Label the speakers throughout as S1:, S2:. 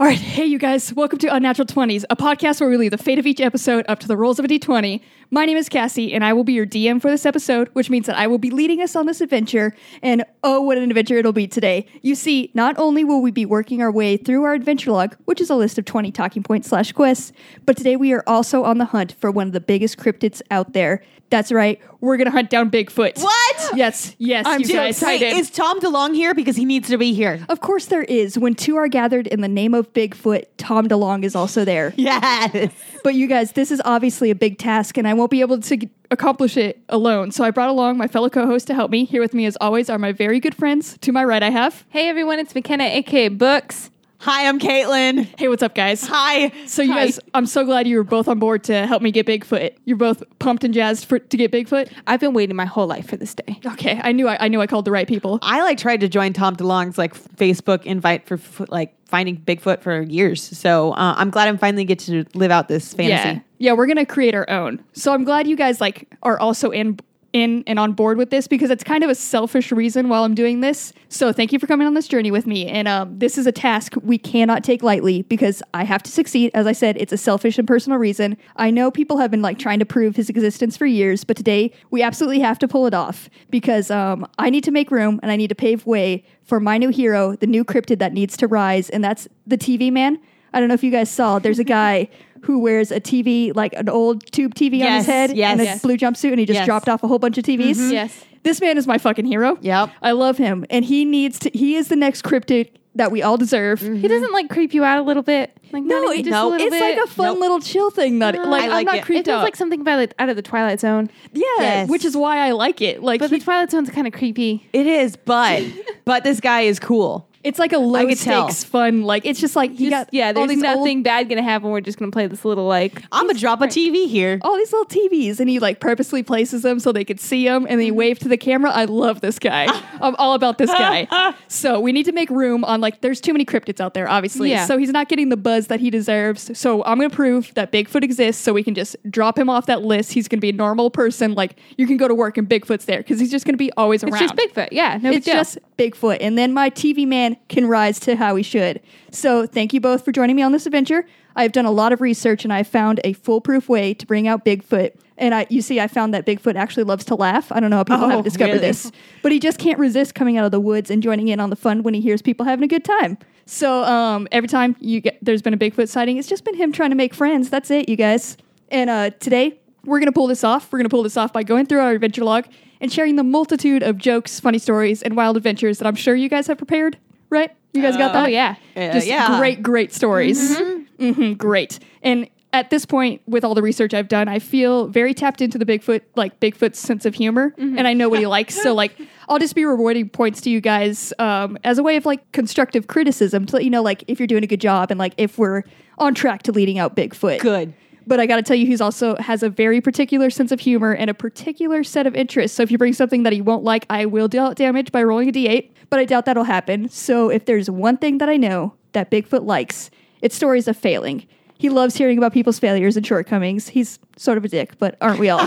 S1: All right, hey you guys, welcome to Unnatural 20s, a podcast where we leave the fate of each episode up to the rolls of a d20. My name is Cassie, and I will be your DM for this episode, which means that I will be leading us on this adventure, and oh, what an adventure it'll be today. You see, not only will we be working our way through our adventure log, which is a list of 20 talking points slash quests, but today we are also on the hunt for one of the biggest cryptids out there. That's right, we're gonna hunt down Bigfoot.
S2: What?
S1: Yes, yes,
S2: I'm
S1: you
S2: so
S1: guys.
S2: excited. is Tom DeLong here? Because he needs to be here.
S1: Of course, there is. When two are gathered in the name of Bigfoot, Tom DeLong is also there.
S2: Yes.
S1: But you guys, this is obviously a big task, and I won't be able to g- accomplish it alone. So I brought along my fellow co-host to help me. Here with me, as always, are my very good friends. To my right, I have.
S3: Hey everyone, it's McKenna, aka Books.
S2: Hi, I'm Caitlin.
S1: Hey, what's up, guys?
S2: Hi.
S1: So you
S3: Hi.
S1: guys, I'm so glad you were both on board to help me get Bigfoot. You're both pumped and jazzed for to get Bigfoot.
S3: I've been waiting my whole life for this day.
S1: Okay, I knew I, I knew I called the right people.
S2: I like tried to join Tom DeLong's like Facebook invite for f- like finding Bigfoot for years. So uh, I'm glad I'm finally get to live out this
S1: Yeah,
S2: fantasy.
S1: yeah, we're gonna create our own. So I'm glad you guys like are also in in and on board with this because it's kind of a selfish reason while I'm doing this. So thank you for coming on this journey with me. And um, this is a task we cannot take lightly because I have to succeed. As I said, it's a selfish and personal reason. I know people have been like trying to prove his existence for years, but today we absolutely have to pull it off because um, I need to make room and I need to pave way for my new hero, the new cryptid that needs to rise, and that's the TV man. I don't know if you guys saw. There's a guy who wears a TV, like an old tube TV on his
S2: Yes,
S1: head,
S2: yes.
S1: and a
S2: Yes.
S1: blue jumpsuit, and he just
S2: Yes.
S1: dropped off a whole bunch of TVs.
S3: Yes.
S1: This man is my fucking hero.
S2: Yep.
S1: I love him, and he needs to. He is the next cryptid that we all deserve.
S3: He doesn't like creep you out a little bit. Like
S1: No,
S3: not even
S1: it-
S3: just
S2: no,
S3: a little
S1: It's like a
S3: bit.
S1: fun
S2: Nope.
S1: little chill thing that,
S3: No.
S1: like,
S3: I
S1: I'm
S2: like
S1: not
S2: it.
S3: It
S1: creeped
S3: feels
S1: out.
S3: like something by the, out of the Twilight Zone,
S1: yeah,
S2: Yes.
S1: which is why I like it. Like,
S3: but
S1: he-
S3: the Twilight Zone's kind of creepy.
S2: It is, but but this guy is cool.
S1: it's like a low
S2: could
S1: stakes
S2: tell.
S1: fun. Like, it's just like he got
S3: yeah,
S1: all
S3: there's
S1: these
S3: nothing
S1: old,
S3: bad gonna happen. We're just gonna play this little like
S2: I'm gonna drop a TV here.
S1: all these little TVs, and he like purposely places them so they could see him, and then he
S3: Mm-hmm.
S1: waved to the camera. I love this guy. I'm all about this guy. So we need to make room on like there's too many cryptids out there, obviously.
S3: Yeah.
S1: So he's not getting the buzz that he deserves. So I'm gonna prove that Bigfoot exists. So we can just drop him off that list. He's gonna be a normal person. Like you can go to work and Bigfoot's there because he's just gonna be always
S3: it's
S1: around.
S3: just Bigfoot. Yeah, no big
S1: It's
S3: deal.
S1: just Bigfoot. And then my TV man can rise to how he should. So thank you both for joining me on this adventure. I've done a lot of research and I found a foolproof way to bring out Bigfoot. And I, you see, I found that Bigfoot actually loves to laugh. I don't know how people
S2: Oh,
S1: have discovered
S2: really?
S1: this, but he just can't resist coming out of the woods and joining in on the fun when he hears people having a good time. So um, every time you get there's been a Bigfoot sighting, it's just been him trying to make friends. That's it, you guys. And uh, today we're gonna pull this off. We're gonna pull this off by going through our adventure log and sharing the multitude of jokes, funny stories, and wild adventures that I'm sure you guys have prepared. Right? You guys got that?
S3: oh yeah,
S2: Uh,
S1: just
S2: yeah. Mm-hmm.
S1: great, great stories. Mhm, great. And at this point, with all the research I've done, I feel very tapped into the Bigfoot, like Bigfoot's sense of humor,
S2: Mm-hmm.
S1: and I know what he likes. So, like, I'll just be rewarding points to you guys um, as a way of like constructive criticism to let you know, like, if you're doing a good job and like if we're on track to leading out Bigfoot.
S2: Good.
S1: But I got to tell you, he's also has a very particular sense of humor and a particular set of interests. So if you bring something that he won't like, I will deal damage by rolling a d8. But I doubt that'll happen. So if there's one thing that I know that Bigfoot likes, it's stories of failing. He loves hearing about people's failures and shortcomings. He's sort of a dick, but aren't we all?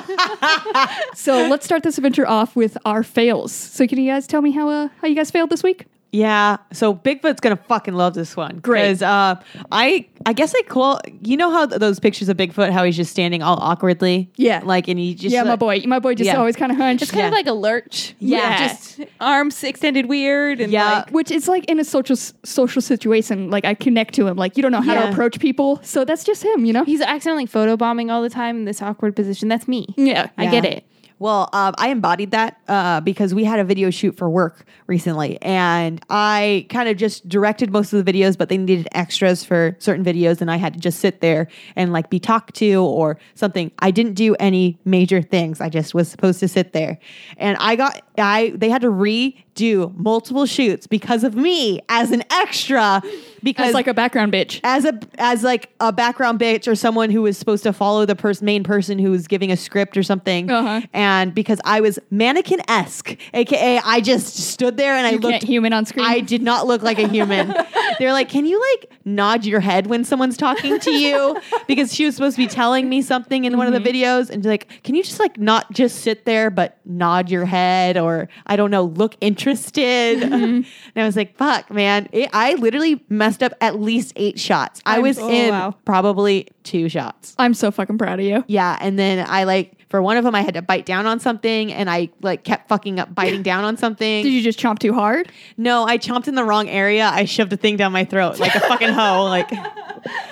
S1: so let's start this adventure off with our fails. So can you guys tell me how uh, how you guys failed this week?
S2: Yeah, so Bigfoot's gonna fucking love this one.
S1: Great.
S2: 'Cause, uh, I I guess I call you know how th- those pictures of Bigfoot, how he's just standing all awkwardly.
S1: Yeah.
S2: like and he just
S1: yeah, my
S2: like-
S1: boy, my boy, just
S2: Yeah.
S1: always kind of hunched.
S3: it's kind of
S2: Yeah.
S3: like a lurch.
S2: Yeah.
S3: just arms extended weird and
S2: Yeah.
S3: like
S1: Uh, which is like in a social social situation like i connect to him like you don't know how to
S2: Yeah.
S1: approach people so that's just him you know
S3: he's accidentally photobombing all the time in this awkward position. That's me.
S1: yeah
S3: I get it.
S2: Well, um, I embodied that uh, because we had a video shoot for work recently, and I kind of just directed most of the videos, but they needed extras for certain videos, and I had to just sit there and like be talked to or something. I didn't do any major things. I just was supposed to sit there, and I got I they had to redo multiple shoots because of me as an extra because
S1: it's like a background bitch
S2: as a as like a background bitch or someone who was supposed to follow the pers- main person who was giving a script or something
S1: Uh-huh.
S2: and because i was mannequin-esque aka i just stood there and i
S1: you
S2: looked
S1: can't human on screen
S2: I did not look like a human. They're like, can you like nod your head when someone's talking to you? Because she was supposed to be telling me something in one of
S3: Mm-hmm.
S2: the videos, and she's like, can you just like not just sit there but nod your head or I don't know, look interested.
S3: Mm-hmm.
S2: and I was like, fuck, man. It, I literally messed up at least eight shots. I
S3: I'm-
S2: was
S3: oh,
S2: in
S3: wow.
S2: probably two shots.
S1: I'm so fucking proud of you.
S2: Yeah, and then I like for one of them I had to bite down on something, and I like kept fucking up biting down on something.
S1: Did you just chomp too hard?
S2: no, I chomped in the wrong area. I shoved a thing down my throat like a fucking hoe. Like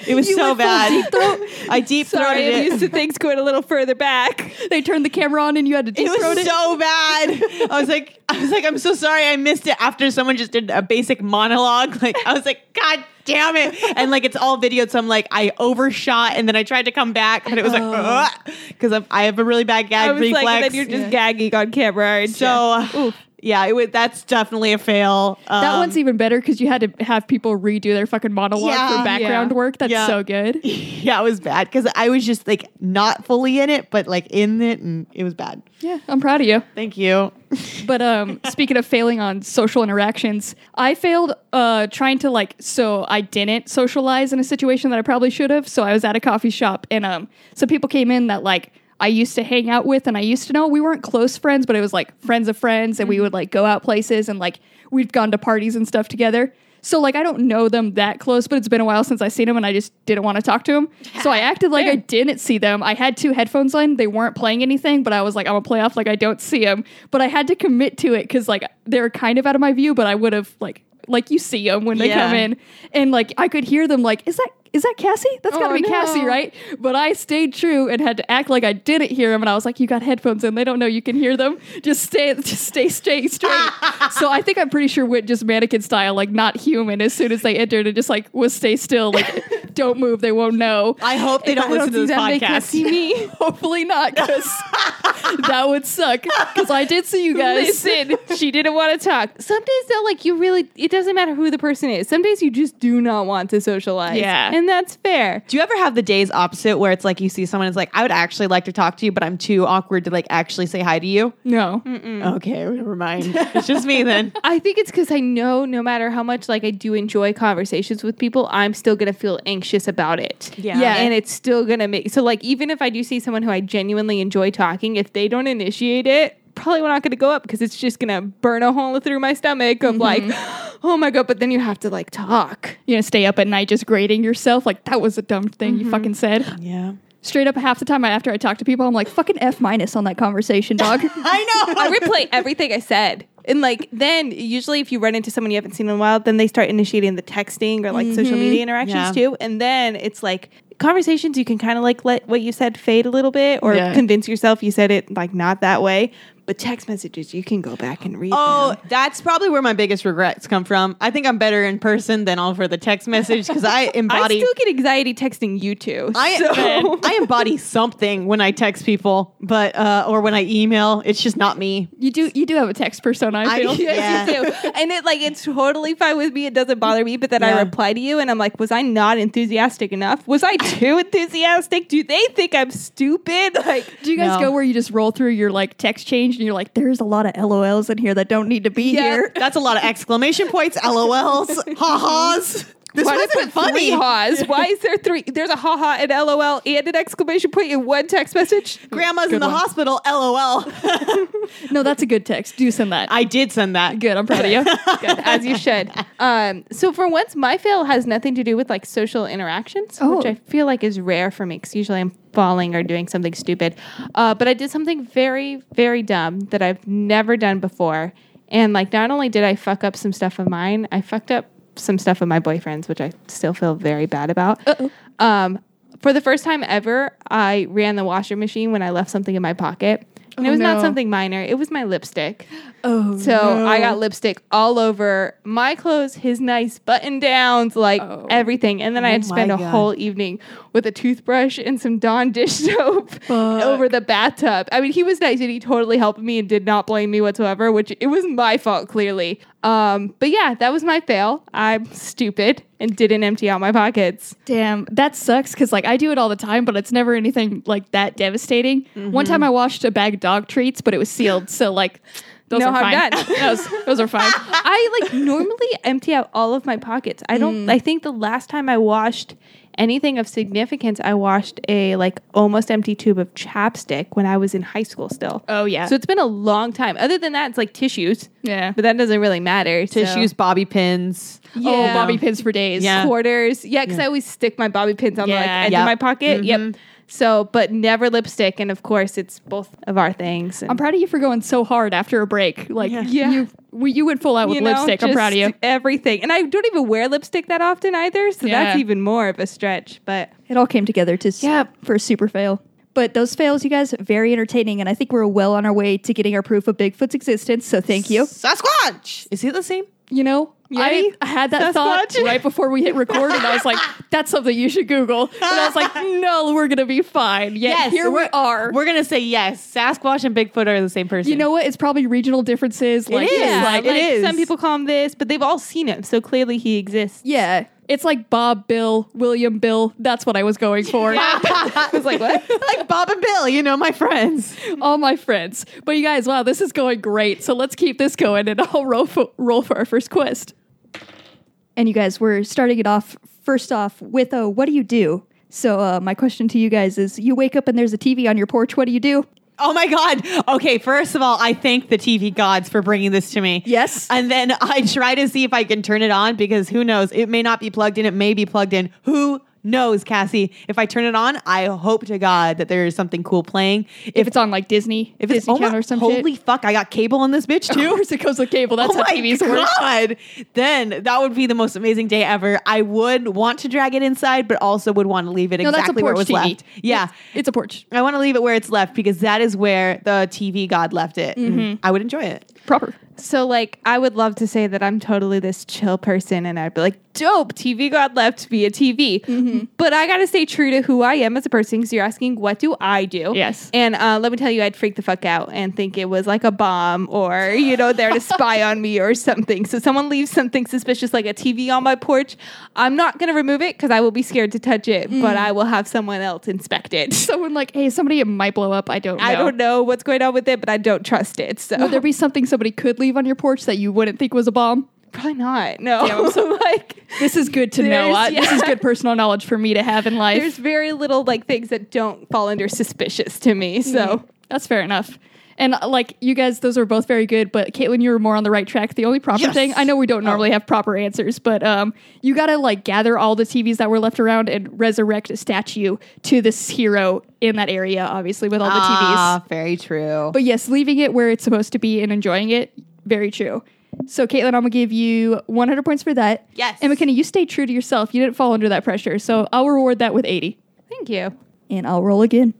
S2: it was so bad. Deep throat. I deep
S3: Sorry,
S2: throated
S3: I'm
S2: it.
S3: used to things going a little further back.
S1: They turned the camera on and you had to deep
S2: it
S1: throat
S2: was
S1: it.
S2: so bad. I was like, I was like, I'm so sorry I missed it after someone just did a basic monologue. Like, I was like, God damn it. And like, it's all videoed. So I'm like, I overshot and then I tried to come back, but it was like, because I have a really bad gag
S3: Oh. I was
S2: reflex.
S3: like, and then you're just gagging on camera. And
S2: So uh, yeah, it would. That's definitely a fail.
S1: That
S2: Um,
S1: one's even better because you had to have people redo their fucking monologue
S2: Yeah.
S1: for background
S3: Yeah.
S1: work. That's
S2: Yeah.
S1: so good.
S2: yeah, it was bad because I was just like not fully in it, but like in it, and it was bad.
S1: Yeah, I'm proud of you.
S2: Thank you.
S1: But um, speaking of failing on social interactions, I failed uh, trying to like so I didn't socialize in a situation that I probably should have. So I was at a coffee shop and um, some people came in that like I used to hang out with and I used to know we weren't close friends, but it was like friends of friends, and we would like go out places and like we've gone to parties and stuff together. So like I don't know them that close, but it's been a while since I seen them, and I just didn't want to talk to them. So I acted like I didn't see them. I had two headphones on; they weren't playing anything, but I was like, I'm gonna play off like I don't see them. But I had to commit to it because like they were kind of out of my view, but I would have like like you see them when they
S2: Yeah.
S1: come in, and like I could hear them. Like is that is that Cassie? That's gotta
S3: Oh,
S1: be Cassie,
S3: no.
S1: right? But I stayed true and had to act like I didn't hear them. And I was like, "You got headphones in; they don't know you can hear them. Just stay, just stay straight, straight." so I think I'm pretty sure Wit just mannequin style, like not human. As soon as they entered, and just like was stay still, like don't move, they won't know.
S2: I hope they don't
S3: I
S2: listen
S3: don't
S2: to
S3: do
S2: this
S3: that. They can't
S2: podcast.
S3: see me.
S1: Hopefully not, because that would suck. Because I did see you guys.
S3: Listen, she didn't want to talk. Some days though, like you really, it doesn't matter who the person is. Some days you just do not want to socialize.
S1: Yeah.
S3: and that's fair.
S2: Do you ever have the days opposite where it's like you see someone, it's like I would actually like to talk to you, but I'm too awkward to like actually say hi to you?
S1: No,
S2: Hmm. Okay, never mind. it's just me then.
S3: I think it's because I know no matter how much like I do enjoy conversations with people, I'm still gonna feel anxious about it.
S2: Yeah.
S1: Yeah.
S3: and it's still gonna make so like even if I do see someone who I genuinely enjoy talking, if they don't initiate it. Probably we're not going to go up because it's just going to burn a hole through my stomach of like, oh my God, but then you have to like talk.
S1: you know, stay up at night just grading yourself. Like that was a dumb thing you fucking said.
S2: Yeah.
S1: Straight up, half the time after I talk to people, I'm like, "Fucking f minus on that conversation, dog."
S2: I know.
S3: I replay everything I said. And like then usually if you run into someone you haven't seen in a while, then they start initiating the texting or like social media interactions
S2: Mm-hmm. Yeah.
S3: too. And then it's like conversations you can kind of like let what you said fade a little bit or
S1: Yeah.
S3: convince yourself you said it like not that way. But text messages you can go back and read.
S2: Oh, that's probably where my biggest regrets come from. I think I'm better in person than all for the text message because I
S3: I
S2: embody.
S3: still get anxiety texting you too.
S2: I,
S3: so
S2: I embody something when I text people, but uh, or when I email, it's just not me.
S1: You do you do have a text persona, I
S2: I-
S1: feel.
S2: yeah.
S3: Yes, you do. And it like it's totally fine with me. It doesn't bother me. But then
S2: Yeah.
S3: I reply to you, and I'm like, was I not enthusiastic enough? Was I too enthusiastic? Do they think I'm stupid? Like,
S1: Do you guys
S2: No.
S1: go where you just roll through your like text change and you're like, there's a lot of LOLs in here that don't need to be
S3: Yeah.
S1: here?
S2: That's a lot of exclamation points, LOLs, ha-has. This
S3: why did I
S2: wasn't
S3: put
S2: funny.
S3: three ha's? Why is there three? There's a ha ha and lol and an exclamation point in one text message.
S2: Grandma's in the
S1: one.
S2: hospital, LOL.
S1: No, that's a good text. Do send that.
S2: I did send that.
S1: good. I'm proud of you.
S3: Good, as you should. Um, so for once, my fail has nothing to do with like social interactions, which
S1: Oh.
S3: I feel like is rare for me because usually I'm falling or doing something stupid. Uh, but I did something very, very dumb that I've never done before. And like, not only did I fuck up some stuff of mine, I fucked up some stuff of my boyfriend's, which I still feel very bad about. Um, for the first time ever, I ran the washer machine when I left something in my pocket. And it
S1: Oh,
S3: was
S1: no.
S3: not something minor. It was my lipstick.
S1: Oh,
S3: So I got lipstick all over my clothes, his nice button downs, like
S1: Oh.
S3: everything. And then I
S2: Oh
S3: had to spend
S2: my
S3: a
S2: God.
S3: whole evening with a toothbrush and some Dawn dish soap
S1: Fuck.
S3: over the bathtub. I mean, he was nice and he totally helped me and did not blame me whatsoever, which it was my fault clearly. Um, but yeah, that was my fail. I'm stupid and didn't empty out my pockets.
S1: Damn, that sucks because like I do it all the time, but it's never Mm-hmm. anything like that devastating. One time I washed a bag of dog treats, but it was sealed, so like Those
S3: No,
S1: are
S3: I'm
S1: fine.
S3: done.
S1: those, those are fine.
S3: I like normally empty out all of my pockets. I
S1: Mm.
S3: don't. I think the last time I washed anything of significance, I washed a like almost empty tube of chapstick when I was in high school still.
S1: Oh yeah.
S3: So it's been a long time. Other than that, it's like tissues,
S1: yeah.
S3: but that doesn't really matter. so-
S2: Tissues, bobby pins.
S1: Oh,
S3: Yeah.
S1: bobby pins for days.
S2: Yeah.
S3: quarters. Yeah, because I always stick my bobby pins on the like,
S1: Yeah. Mm-hmm.
S3: edge
S2: Yep.
S3: of my pocket. Yep. So, but never lipstick, and of course, it's both of our things. and-
S1: I'm proud of you for going so hard after a break. Like
S3: Yeah.
S1: you, we, you went full out with
S3: you know,
S1: lipstick. I'm proud of you.
S3: just Everything, and I don't even wear lipstick that often either, so
S1: Yeah.
S3: that's even more of a stretch. But
S1: It all came together to yeah for a super fail. But those fails, you guys, very entertaining, and I think we're well on our way to getting our proof of Bigfoot's existence. So thank you.
S2: Sasquatch. Is he the same?
S1: You know,
S3: Yay.
S1: I had that thought
S3: Sasquatch.
S1: right before we hit record, and I was like, "That's something you should Google." And I was like, "No, we're gonna be fine." Yet here we
S2: we're-
S1: are.
S2: We're gonna say yes. Sasquatch and Bigfoot are the same person.
S1: you know what? It's probably regional differences. Like,
S2: is.
S1: it's
S2: like- it is.
S3: Some people call him this, but they've all seen him, so clearly he exists.
S1: yeah, it's like Bob, Bill, William, Bill. That's what I was going for.
S2: I was like, what? like Bob and Bill, you know, my friends.
S1: all my friends. But you guys, wow, this is going great. So let's keep this going and I'll roll for, roll for our first quest. And you guys, we're starting it off first off with a what do you do? So uh, my question to you guys is you wake up and there's a TV on your porch, what do you do?
S2: Oh my God. Okay, first of all, I thank the TV gods for bringing this to me.
S1: Yes.
S2: And then I try to see if I can turn it on because who knows? It may not be plugged in, it may be plugged in. Who knows, Cassie? If I turn it on, I hope to God that there is something cool playing.
S1: If it's on like Disney,
S2: If
S1: Disney
S2: oh my-
S1: Channel or some
S2: holy
S1: shit.
S2: fuck, I got cable in this bitch
S1: Of
S2: too.
S1: course it goes with cable. That's
S2: oh
S1: how
S2: my
S1: TVs work.
S2: god! Then that would be the most amazing day ever. I would want to drag it inside, but also would want to leave it
S1: No, that's a
S2: exactly
S1: porch
S2: where it was
S1: TV.
S2: left. Yeah,
S1: It's, it's a porch.
S2: I want to leave it where it's left because that is where the TV god left it.
S1: Mm-hmm.
S2: Mm. I would enjoy it.
S1: Proper.
S3: So, like, I would love to say that I'm totally this chill person, and I'd be like, "Dope, TV God left via TV."
S1: Mm-hmm.
S3: But I gotta stay true to who I am as a person. Because you're asking, "What do I do?"
S1: Yes.
S3: And uh, let me tell you, I'd freak the fuck out and think it was like a bomb, or you know, there to spy on me or something. So someone leaves something suspicious, like a TV, on my porch. I'm not gonna remove it because I will be scared to touch it,
S1: Mm.
S3: but I will have someone else inspect it.
S1: Someone like, hey, somebody it might blow up. I don't know.
S3: I don't know what's going on with it, but I don't trust it. So
S1: Would there be something somebody could leave on your porch that you wouldn't think was a bomb?
S3: probably not. No.
S1: Damn, I'm so-
S3: like.
S1: This is good to know.
S3: There's-
S1: I- This is
S3: yeah.
S1: good personal knowledge for me to have in life.
S3: there's very little like things that don't fall under suspicious to me. So
S1: That's fair enough. And uh, like you guys, those are both very good. But Caitlin, you were more on the right track. The only proper
S2: Yes.
S1: thing I know we
S3: Oh.
S1: don't normally have proper answers, but um, you gotta like gather all the TVs that were left around and resurrect a statue to this hero in that area, obviously with all the TVs.
S2: Ah, very true.
S1: But yes, leaving it where it's supposed to be and enjoying it, very true. So Caitlin, I'm gonna give you 100 points for that.
S2: Yes.
S1: And McKenna, you stayed true to yourself. You didn't fall under that pressure, so I'll reward that with 80.
S3: thank you.
S1: And I'll roll again.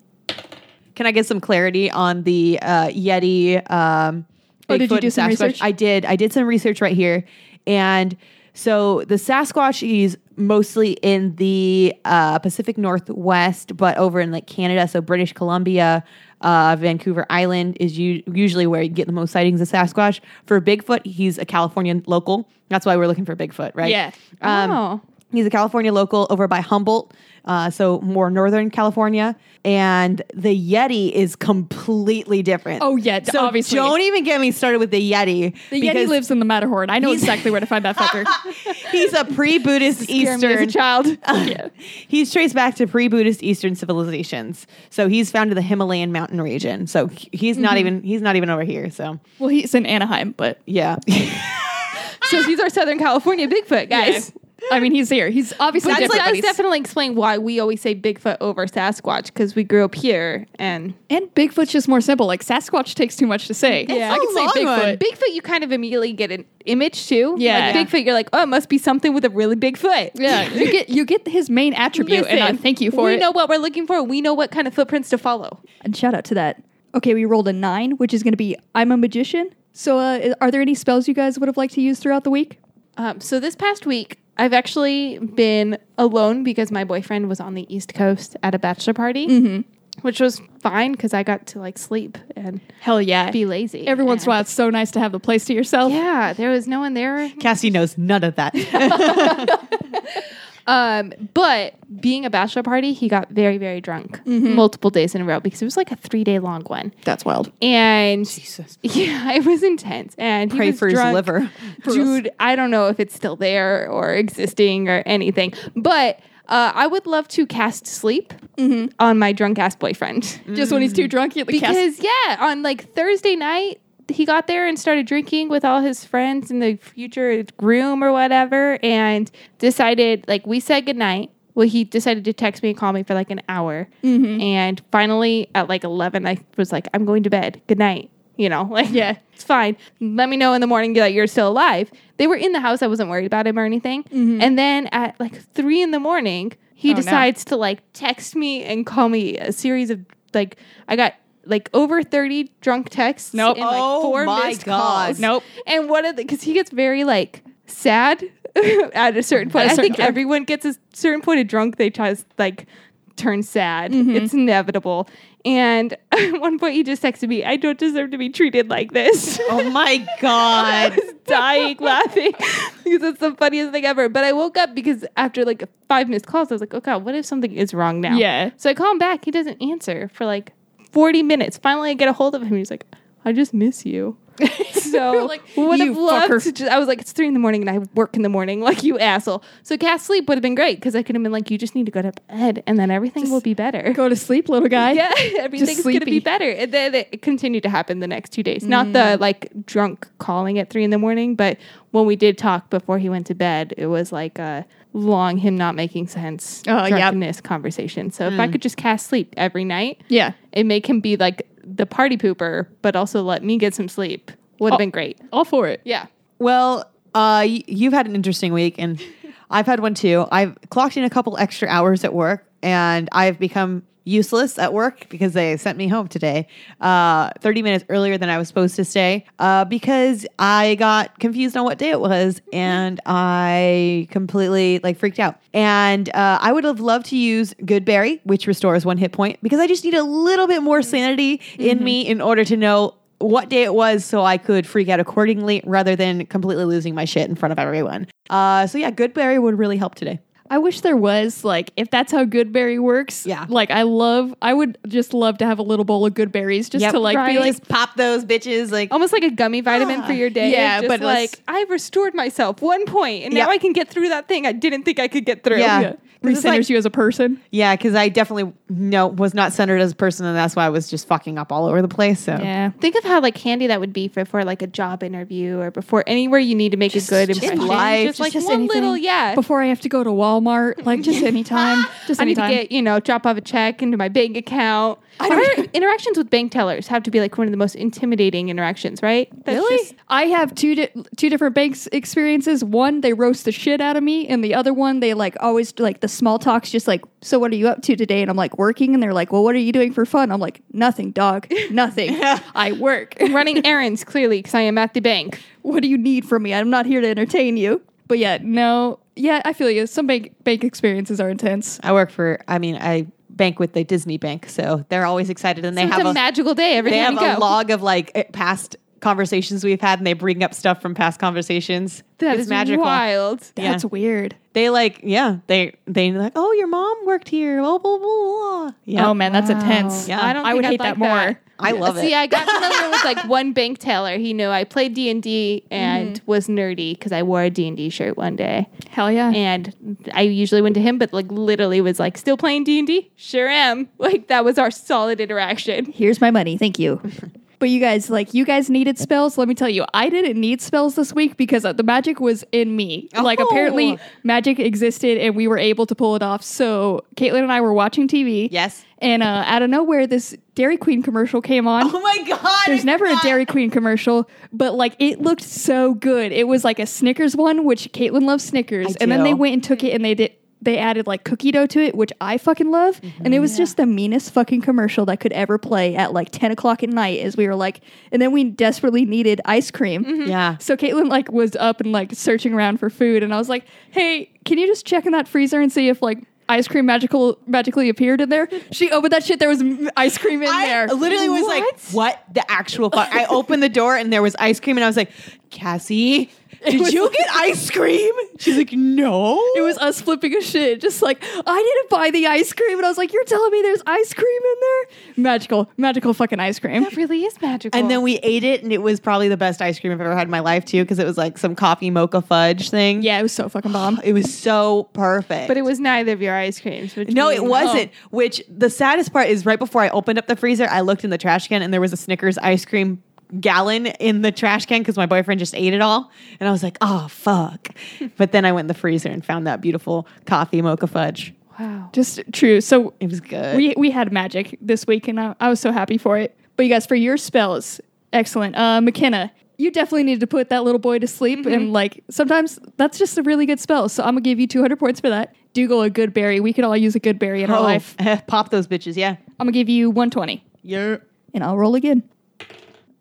S2: Can I get some clarity on the uh, Yeti? Um,
S1: Oh, did you
S2: Bigfoot
S1: do
S2: and
S1: some
S2: Sasquatch?
S1: research?
S2: I did. I did some research right here, and so the Sasquatch is mostly in the uh, Pacific Northwest, but over in like Canada, so British Columbia, uh, Vancouver Island is u- usually where you get the most sightings of Sasquatch. For Bigfoot, he's a Californian local. That's why we're looking for Bigfoot, right?
S1: Yeah.
S2: Um,
S3: Oh.
S2: He's a California local over by Humboldt, uh, so more northern California. And the Yeti is completely different.
S1: Oh, yeah, d-
S2: so
S1: obviously.
S2: Don't even get me started with the Yeti.
S1: The Yeti
S2: because
S1: lives in the Matterhorn. I know exactly where to find that fucker.
S2: He's a pre-Buddhist
S3: Scared me as a
S2: Eastern.
S3: child.
S2: He's traced back to pre-Buddhist Eastern civilizations. So he's found in the Himalayan mountain region. So he- he's
S3: Mm-hmm.
S2: not even he's not even over here. So
S1: Well, he's in Anaheim, but
S2: yeah,
S3: so he's our Southern California Bigfoot, guys.
S1: I mean, he's here. He's obviously
S3: That's
S1: different.
S3: like,
S1: but
S3: that's
S1: he's-
S3: definitely explain why we always say Bigfoot over Sasquatch because we grew up here and
S1: and Bigfoot's just more simple. Like Sasquatch takes too much to say.
S3: Yeah.
S1: I can
S2: It's a
S1: say
S2: long
S1: Bigfoot.
S2: one.
S3: Bigfoot you kind of immediately get an image too.
S1: Yeah.
S3: like, Bigfoot you're like oh it must be something with a really big foot.
S1: Yeah, you get you get his main attribute, and I
S3: Listen,
S1: thank you for
S3: we
S1: it.
S3: know what we're looking for. We know what kind of footprints to follow.
S1: And shout out to that. Okay, we rolled a nine, which is going to be I'm a magician. So, uh, are there any spells you guys would have liked to use throughout the week?
S3: Um, so this past week, I've actually been alone because my boyfriend was on the East Coast at a bachelor party,
S2: Mm-hmm.
S3: which was fine because I got to like sleep and
S1: Hell yeah!
S3: be lazy.
S1: Every once in a
S3: and-
S1: while, it's so nice to have the place to yourself.
S3: Yeah, there was no one there.
S2: Cassie knows none of that.
S3: Um, but being a bachelor party, he got very, very drunk multiple days in a row because it was like a three day long one.
S2: Mm-hmm. That's wild.
S3: And yeah, it was intense. And he
S2: Pray
S3: was
S2: for his
S3: drunk.
S2: liver.
S3: dude. I don't know if it's still there or existing or anything, but uh, I would love to cast sleep on my drunk ass boyfriend
S1: Just when he's too drunk, you like cast.
S3: because yeah, on like Thursday night. He got there and started drinking with all his friends in the future room or whatever, and decided like we said goodnight. Well, he decided to text me and call me for like an hour, and finally at like eleven, I was like, "I'm going to bed. Good night." You know, like
S1: Yeah.
S3: it's fine. Let me know in the morning that you're still alive. They were in the house. I wasn't worried about him or anything. And then at like three in the morning, he
S1: Oh, no.
S3: decides to like text me and call me a series of like I got like over thirty drunk texts.
S1: Nope.
S3: And, like,
S2: Oh
S3: four
S2: my
S3: missed
S2: God.
S3: calls.
S1: Nope.
S3: And one of the because he gets very like sad at a certain point.
S1: At a certain
S3: I think
S1: point.
S3: everyone gets a certain point of drunk. They just like turn sad.
S1: Mm-hmm.
S3: It's inevitable. And at one point, he just texted me, "I don't deserve to be treated like this."
S2: Oh my
S3: I
S2: god.
S3: was dying laughing because it's the funniest thing ever. But I woke up because after like five missed calls, I was like, oh God, what if something is wrong now?
S1: Yeah.
S3: So I call him back. He doesn't answer for like 40 minutes. Finally, I get a hold of him. He's like, I just miss you. So
S1: like,
S3: would
S1: "You
S3: have
S1: fucker."
S3: loved to just, I was like, it's three in the morning and I work in the morning, like you asshole. So cast sleep would have been great because I could have been like, you just need to go to bed and then everything will be better.
S1: Go to sleep, little guy.
S3: Yeah, everything's going to
S1: sleepy.
S3: be better. And then it continued to happen the next two days. Not
S1: Mm-hmm.
S3: the like drunk calling at three in the morning, but when we did talk before he went to bed, it was like a long him not making sense
S1: Oh, yep. Mm.
S3: drunkenness conversation. So if I could just cast sleep every night,
S1: Yeah.
S3: and make him be like the party pooper, but also let me get some sleep would
S1: Oh.
S3: have been great.
S1: All for it.
S3: Yeah.
S2: Well, uh, y- you've had an interesting week, and I've had one too. I've clocked in a couple extra hours at work, and I've become useless at work because they sent me home today, uh, 30 minutes earlier than I was supposed to stay, uh, because I got confused on what day it was, and I completely like freaked out. And uh, I would have loved to use Goodberry, which restores one hit point, because I just need a little bit more sanity in me in order to know what day it was so I could freak out accordingly rather than completely losing my shit in front of everyone. Uh, so yeah, Goodberry would really help today.
S1: I wish there was like if that's how Goodberry works.
S2: Yeah.
S1: Like I love. I would just love to have a little bowl of good berries just to like be
S3: Right. Oh.
S1: like.
S2: just pop those bitches like
S3: Almost like a gummy vitamin for your day.
S1: Ah, Yeah,
S3: Just
S1: but less-
S3: like I restored myself one point, and now
S2: Yeah.
S3: I can get through that thing I didn't think I could get through.
S2: Yeah.
S1: Yeah.
S2: This is
S1: Recenters
S2: like-
S1: you as a person.
S2: yeah, because I definitely no was not centered as a person, and that's why I was just fucking up all over the place. So
S1: Yeah.
S3: Think of how like handy that would be for, for like a job interview or before anywhere you need to make a good
S2: just
S3: impression.
S2: life, just-
S3: just like
S2: just
S3: one
S2: anything.
S3: little yeah.
S1: Before I have to go to Walmart, like just anytime, just
S3: I need to
S1: anytime.
S3: get you know drop off a check into my bank account. Our interactions with bank tellers have to be like one of the most intimidating interactions, right? That's just-
S1: I have two di- two different banks experiences. One, they roast the shit out of me, and the other one, they like always like the small talks, just like, "So what are you up to today?" And I'm like, "Working," and they're like, "Well, what are you doing for fun?" I'm like, "Nothing, dog. Nothing. I work.
S3: running errands clearly because I am at the bank.
S1: what do you need from me? I'm not here to entertain you." But yeah, no, yeah, I feel you. Some bank bank experiences are intense.
S2: I work for. I mean, I bank with the Disney Bank, so they're always excited, and they
S3: It's
S2: have
S3: a,
S2: a,
S3: magical day every
S2: they
S3: time
S2: have
S3: you go.
S2: a log of like eh, past conversations we've had, and they bring up stuff from past conversations.
S3: that
S2: it's
S3: is
S2: magical.
S3: wild.
S2: Yeah.
S1: That's weird.
S2: They like yeah, they they like oh your mom worked here. Blah blah blah. blah. Yeah.
S1: Oh man, that's intense.
S2: Yeah.
S3: I don't.
S1: I would
S3: think I'd
S1: hate that
S3: like
S1: more.
S2: I love
S3: See,
S2: it.
S3: I got familiar with like one bank teller. He knew I played D and D and
S2: Mm-hmm.
S3: was nerdy because I wore a D and D shirt one day,
S1: Hell yeah.
S3: and I usually went to him, but like literally was like, "Still playing D and D? Sure am." Like that was our solid interaction.
S1: here's my money thank you but you guys like you guys needed spells let me tell you i didn't need spells this week because uh, the magic was in me like
S2: Oh.
S1: apparently magic existed and we were able to pull it off so caitlin and i were watching tv
S2: Yes.
S1: and uh, out of nowhere this dairy queen commercial came on
S2: Oh my god.
S1: there's never a Dairy Queen commercial, but like it looked so good. It was like a Snickers one, which Caitlin loves Snickers,
S2: I
S1: and then
S2: do.
S1: they went and took it and they did they added like cookie dough to it, which I fucking love.
S2: Mm-hmm.
S1: And it was just the meanest fucking commercial that could ever play at like ten o'clock at night. As we were like, and then we desperately needed ice cream.
S2: Yeah.
S1: So Caitlin like was up and like searching around for food, and I was like, "Hey, can you just check in that freezer and see if like ice cream magical magically appeared in there?" She opened that shit. There was mm, ice cream in
S2: I
S1: there.
S2: literally was like, what the actual fuck? I opened the door and there was ice cream, and I was like, Cassie,
S1: It was-
S2: Did you get ice cream? She's like, no.
S1: It was us flipping a shit, just like I didn't buy the ice cream, and I was like, "You're telling me there's ice cream in there? Magical, magical fucking ice cream."
S3: That really is magical.
S2: And then we ate it, and it was probably the best ice cream I've ever had in my life too, because it was like some coffee mocha fudge thing.
S1: Yeah, it was so fucking bomb.
S2: it was so perfect.
S3: but it was neither of your ice creams. which
S2: no,
S3: means-
S2: it wasn't. Which the saddest part is, right before I opened up the freezer, I looked in the trash can, and there was a Snickers ice cream gallon in the trash can because my boyfriend just ate it all, and I was like, oh fuck. but then I went in the freezer and found that beautiful coffee mocha fudge.
S3: Oh, Wow.
S1: Just true. So
S2: It was good.
S1: we we had magic this week, and I, I was so happy for it. But you guys, for your spells, excellent. Uh, McKenna, you definitely need to put that little boy to sleep, and like sometimes that's just a really good spell. So I'm gonna give you 200 points for that. Dougal, a good berry. We could all use a good berry in our
S2: Oh,
S1: life.
S2: pop those bitches. Yeah.
S1: I'm gonna give you 120.
S2: Yeah.
S1: and I'll roll again.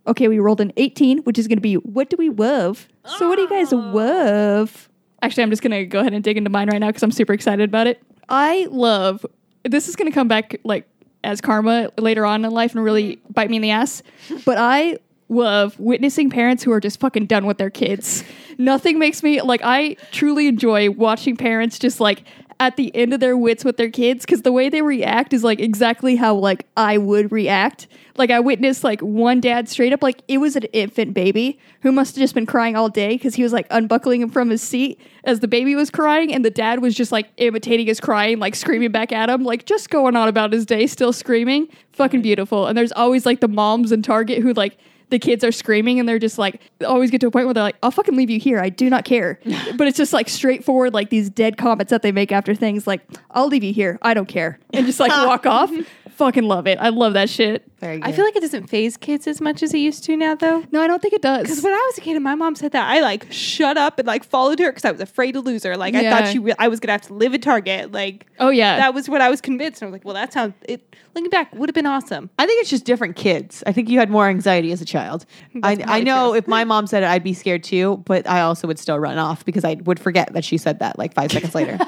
S1: Okay, we rolled an 18, which is going to be what do we love? So, what do you guys love? Oh. Actually, I'm just going to go ahead and dig into mine right now because I'm super excited about it. I love this is going to come back like as karma later on in life and really bite me in the ass, but I love witnessing parents who are just fucking done with their kids. Nothing makes me like I truly enjoy watching parents just like at the end of their wits with their kids because the way they react is like exactly how like I would react. Like I witnessed like one dad straight up like it was an infant baby who must have just been crying all day because he was like unbuckling him from his seat as the baby was crying and the dad was just like imitating his crying like screaming back at him like just going on about his day still screaming fucking beautiful and there's always like the moms in Target who like the kids are screaming and they're just like they always get to a point where they're like i'll fucking leave you here i do not care but it's just like straightforward like these dead comments that they make after things like i'll leave you here i don't care and just like walk off fucking love it i love that shit
S2: Very good.
S3: I feel like it doesn't phase kids as much as it used to now, though.
S1: no i don't think it
S3: Because
S1: does
S3: when I was a kid and my mom said that, I like shut up and like followed her because I was afraid to lose her. Like I
S1: Yeah.
S3: thought she, re- I was gonna have to live at Target. Like
S1: oh yeah
S3: that was what I was convinced. And I was like, well, that sounds. It looking back would have been awesome.
S2: I think it's just different kids. I think you had more anxiety as a child. I, I
S3: probably
S2: know
S3: true.
S2: if my mom said it, I'd be scared too, but I also would still run off because I would forget that she said that like five seconds later.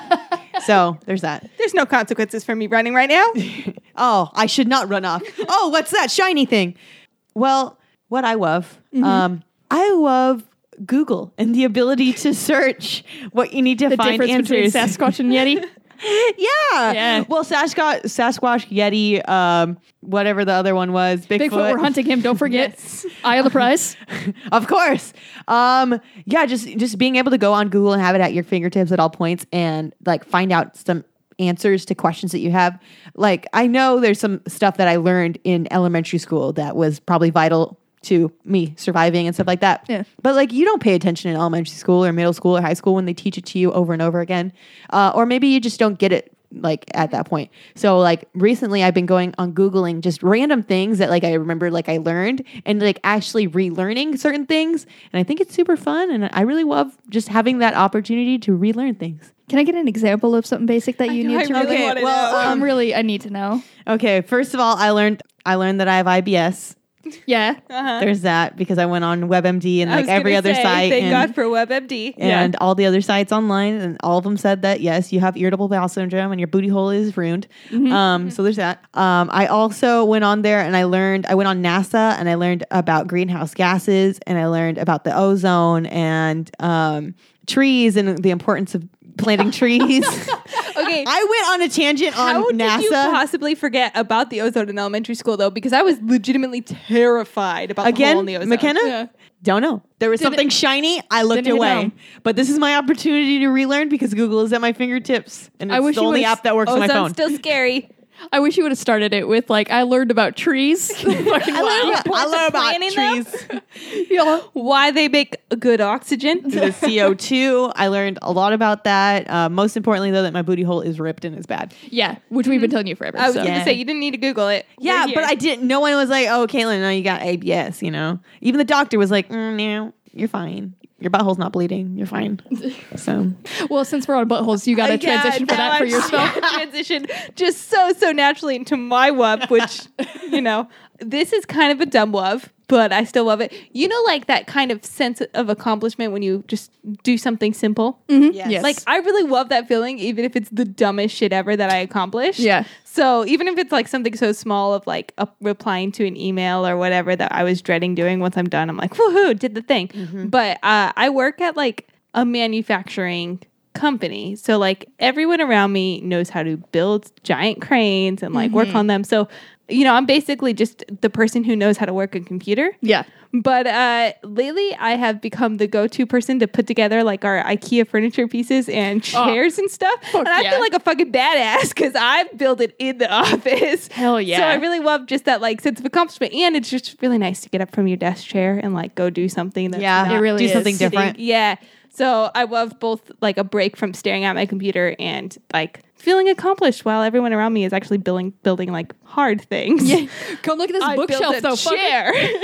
S2: So there's that.
S3: There's no consequences for me running right now.
S2: Oh, I should not run off. Oh, what's that shiny thing? Well, what I love,
S1: Mm-hmm.
S2: um, I love Google and the ability to search what you need to
S1: the
S2: find
S1: difference between
S2: answers.
S1: sasquatch and yeti
S2: yeah.
S1: Yeah.
S2: Well, Sasquatch, Sasquatch, Yeti, um, whatever the other one was,
S1: bigfoot we're hunting him don't forget
S3: Yes.
S1: eye of the prize
S2: of course. Um, yeah, just just being able to go on Google and have it at your fingertips at all points and like find out some answers to questions that you have. Like I know there's some stuff that I learned in elementary school that was probably vital to me surviving and stuff like that.
S1: Yeah.
S2: But like you don't pay attention in elementary school or middle school or high school when they teach it to you over and over again. Uh, or maybe you just don't get it like at that point. So like recently I've been going on Googling just random things that like I remember like I learned and like actually relearning certain things. And I think it's super fun and I really love just having that opportunity to relearn things.
S1: can i get an example of something basic that you
S3: know,
S1: need
S3: I
S1: to
S3: really
S1: really um,
S3: wanna
S2: well, um,
S3: know.
S1: i'm really i need to know
S2: Okay, first of all I learned I learned that I have IBS.
S1: yeah
S3: Uh-huh.
S2: There's that because I went on WebMD and
S3: I was
S2: like every
S3: gonna
S2: other
S3: say,
S2: site
S3: Thank
S2: and,
S3: God for WebMD.
S2: and all the other sites online, and all of them said that yes, you have irritable bowel syndrome and your booty hole is ruined.
S3: Mm-hmm.
S2: Um, so there's that. Um, I also went on there and I learned. I went on NASA and I learned about greenhouse gases and I learned about the ozone and um, trees and the importance of planting trees.
S3: okay.
S2: I went on a tangent on
S3: How
S2: NASA.
S3: did you possibly forget about the ozone in elementary school though? Because I was legitimately terrified about the hole
S2: Again,
S3: in the ozone.
S2: McKenna?
S1: Yeah.
S2: Don't know. There was
S1: Didn't-
S2: something shiny. I looked
S1: Didn't hit
S2: away.
S1: home.
S2: But this is my opportunity to relearn because Google is at my fingertips. And it's
S1: I wish
S2: the
S1: you
S2: only
S1: would've-
S2: app that works on my phone.
S3: Ozone's still scary.
S1: I wish you would have started it with like I learned about trees. Fucking
S2: I learned
S1: wow.
S2: about, I learned about
S3: planning
S2: trees.
S3: Why they make good oxygen?
S2: the CO2. I learned a lot about that. Uh, most importantly, though, that my booty hole is ripped and is bad.
S1: Yeah, which we've been
S3: Mm-hmm.
S1: telling you forever.
S3: I was
S1: so.
S3: going
S2: Yeah.
S3: to say you didn't need to Google it.
S2: Yeah,
S3: We're
S2: but
S3: here.
S2: I didn't. No one was like, oh, Caitlin, now you got ABS, you know? Even the doctor was like, mm, no, you're fine. Your butthole's not bleeding. You're fine. So,
S1: Well, since we're on buttholes, you got a
S3: Yeah,
S1: transition for that
S3: now
S1: for
S3: I'm-
S1: yourself.
S3: yeah, transition just so so naturally into my wub, which you know this is kind of a dumb wub, but I still love it. You know, like that kind of sense of accomplishment when you just do something simple.
S1: Mhm.
S2: Yes.
S1: Yes.
S3: Like I really love that feeling, even if it's the dumbest shit ever that I accomplished.
S1: Yeah.
S3: So even if it's like something so small of like a, replying to an email or whatever that I was dreading doing, once I'm done, I'm like, woohoo, did the thing.
S1: Mm-hmm.
S3: But uh, I work at like a manufacturing company. So like everyone around me knows how to build giant cranes and like
S1: Mm-hmm.
S3: work on them. So, you know, I'm basically just the person who knows how to work a computer.
S1: Yeah.
S3: But uh, lately, I have become the go-to person to put together like our IKEA furniture pieces and chairs and stuff, and I
S1: Oh, yeah.
S3: feel like a fucking badass because I build it in the office.
S1: Hell yeah.
S3: So I really love just that like sense of accomplishment, and it's just really nice to get up from your desk chair and like go do something. That's
S2: yeah,
S3: not
S1: It really
S2: do
S1: is.
S2: something
S1: Sitting-
S2: different.
S3: yeah. So I love both like a break from staring at my computer and like feeling accomplished while everyone around me is actually building building like hard things. Yeah.
S1: Come look at this
S3: I built
S1: bookshelf
S3: a
S1: though. fucker.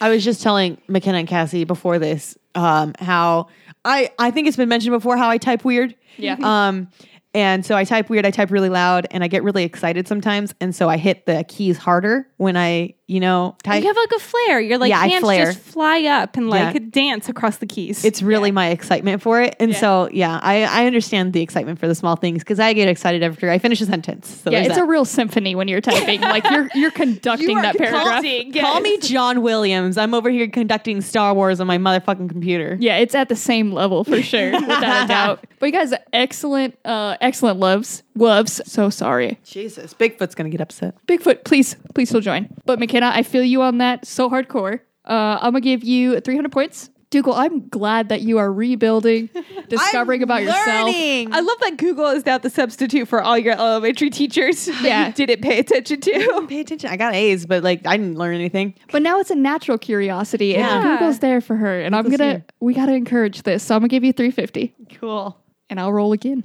S2: I was just telling McKenna and Cassie before this um, how I I think it's been mentioned before how I type weird.
S1: Yeah.
S2: Um, and so I type weird. I type really loud, and I get really excited sometimes. And so I hit the keys harder when I you know type.
S3: you have like a flare. You're like
S2: Yeah, I
S3: hands
S2: flare.
S3: just fly up and like
S2: Yeah.
S3: dance across the keys.
S2: it's really my excitement for it, and so yeah, I, I understand the excitement for the small things because I get excited after I finish a sentence. So
S1: Yeah,
S2: there's
S1: it's
S2: that.
S1: a real symphony when you're typing. like you're you're conducting
S3: You are
S1: that paragraph.
S3: conducting,
S2: Call
S3: yes.
S2: me John Williams. I'm over here conducting Star Wars on my motherfucking computer.
S1: Yeah, it's at the same level for sure, without a doubt. But you guys, excellent, uh, excellent loves, loves. So sorry,
S2: Jesus, Bigfoot's gonna get upset.
S1: Bigfoot. Please, please still join. But McKenna, I feel you on that so hardcore. Uh, I'm gonna give you 300 points. Dugal, I'm glad that you are rebuilding, discovering about yourself.
S3: I love that Google is now the substitute for all your elementary teachers. that
S1: Yeah.
S3: you didn't pay attention to.
S2: pay attention. I got A's, but like I didn't learn anything.
S1: But now it's a natural curiosity, and
S2: Yeah.
S1: Google's there for her. And I'm gonna,
S2: here.
S1: we gotta encourage this. So I'm gonna give you 350.
S2: Cool.
S1: and I'll roll again.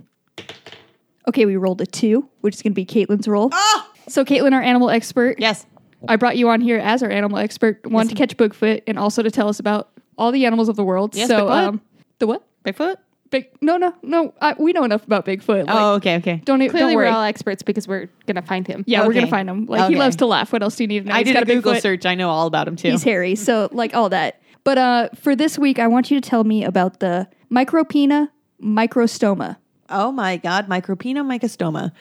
S1: Okay, we rolled a two, which is going to be Caitlin's roll.
S2: Oh
S1: So, Caitlin, our animal expert.
S2: yes.
S1: I brought you on here as our animal expert, one to catch Bigfoot and also to tell us about all the animals of the world.
S2: Yes,
S1: so,
S2: Bigfoot.
S1: um, the what?
S2: Bigfoot.
S1: Big? No, no, no. I, we know enough about Bigfoot. Like,
S2: oh, okay, okay.
S1: don't e-
S3: Clearly,
S1: don't
S3: we're
S1: worry.
S3: all experts because we're gonna find him. Oh,
S1: yeah, we're gonna
S2: Okay.
S1: find him. Like he
S2: Okay.
S1: loves to laugh. What else do you need to know?
S2: I
S1: He's
S2: did
S1: got
S2: a Google
S1: Bigfoot.
S2: search. I know all about him too.
S1: He's hairy, so like all that. But uh, for this week, I want you to tell me about the micropina microstoma.
S2: Oh my God, Micropino mycostoma.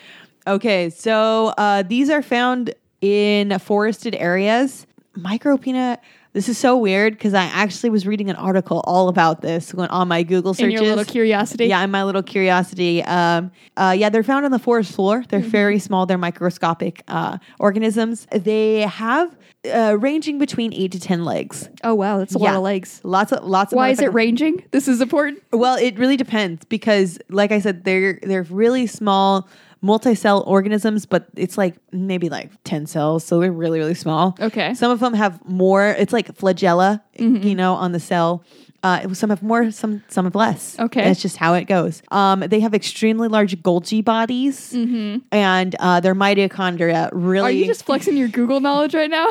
S2: Okay, so uh, these are found in forested areas. Micropina. This is so weird because I actually was reading an article all about this when, on my Google
S1: In
S2: searches.
S1: your little curiosity,
S2: Yeah, in my little curiosity. Um, uh, yeah, they're found on the forest floor. They're
S1: Mm-hmm.
S2: very small. They're microscopic uh, organisms. They have uh, ranging between eight to ten legs.
S1: Oh wow, that's a lot
S2: Yeah.
S1: of legs.
S2: Lots of lots.
S1: Why
S2: of
S1: is it
S2: motherfucking-
S1: ranging? This is important.
S2: Well, it really depends because, like I said, they're they're really small multi-cell organisms, but it's like maybe like ten cells, so they're really really small.
S1: Okay.
S2: Some of them have more. It's like flagella,
S3: Mm-hmm.
S2: you know, on the cell. Uh, some have more, some some have less.
S1: Okay.
S2: that's just how it goes. Um, they have extremely large Golgi bodies,
S3: Mm-hmm.
S2: and uh, their mitochondria really.
S1: Are you just flexing your Google knowledge right now?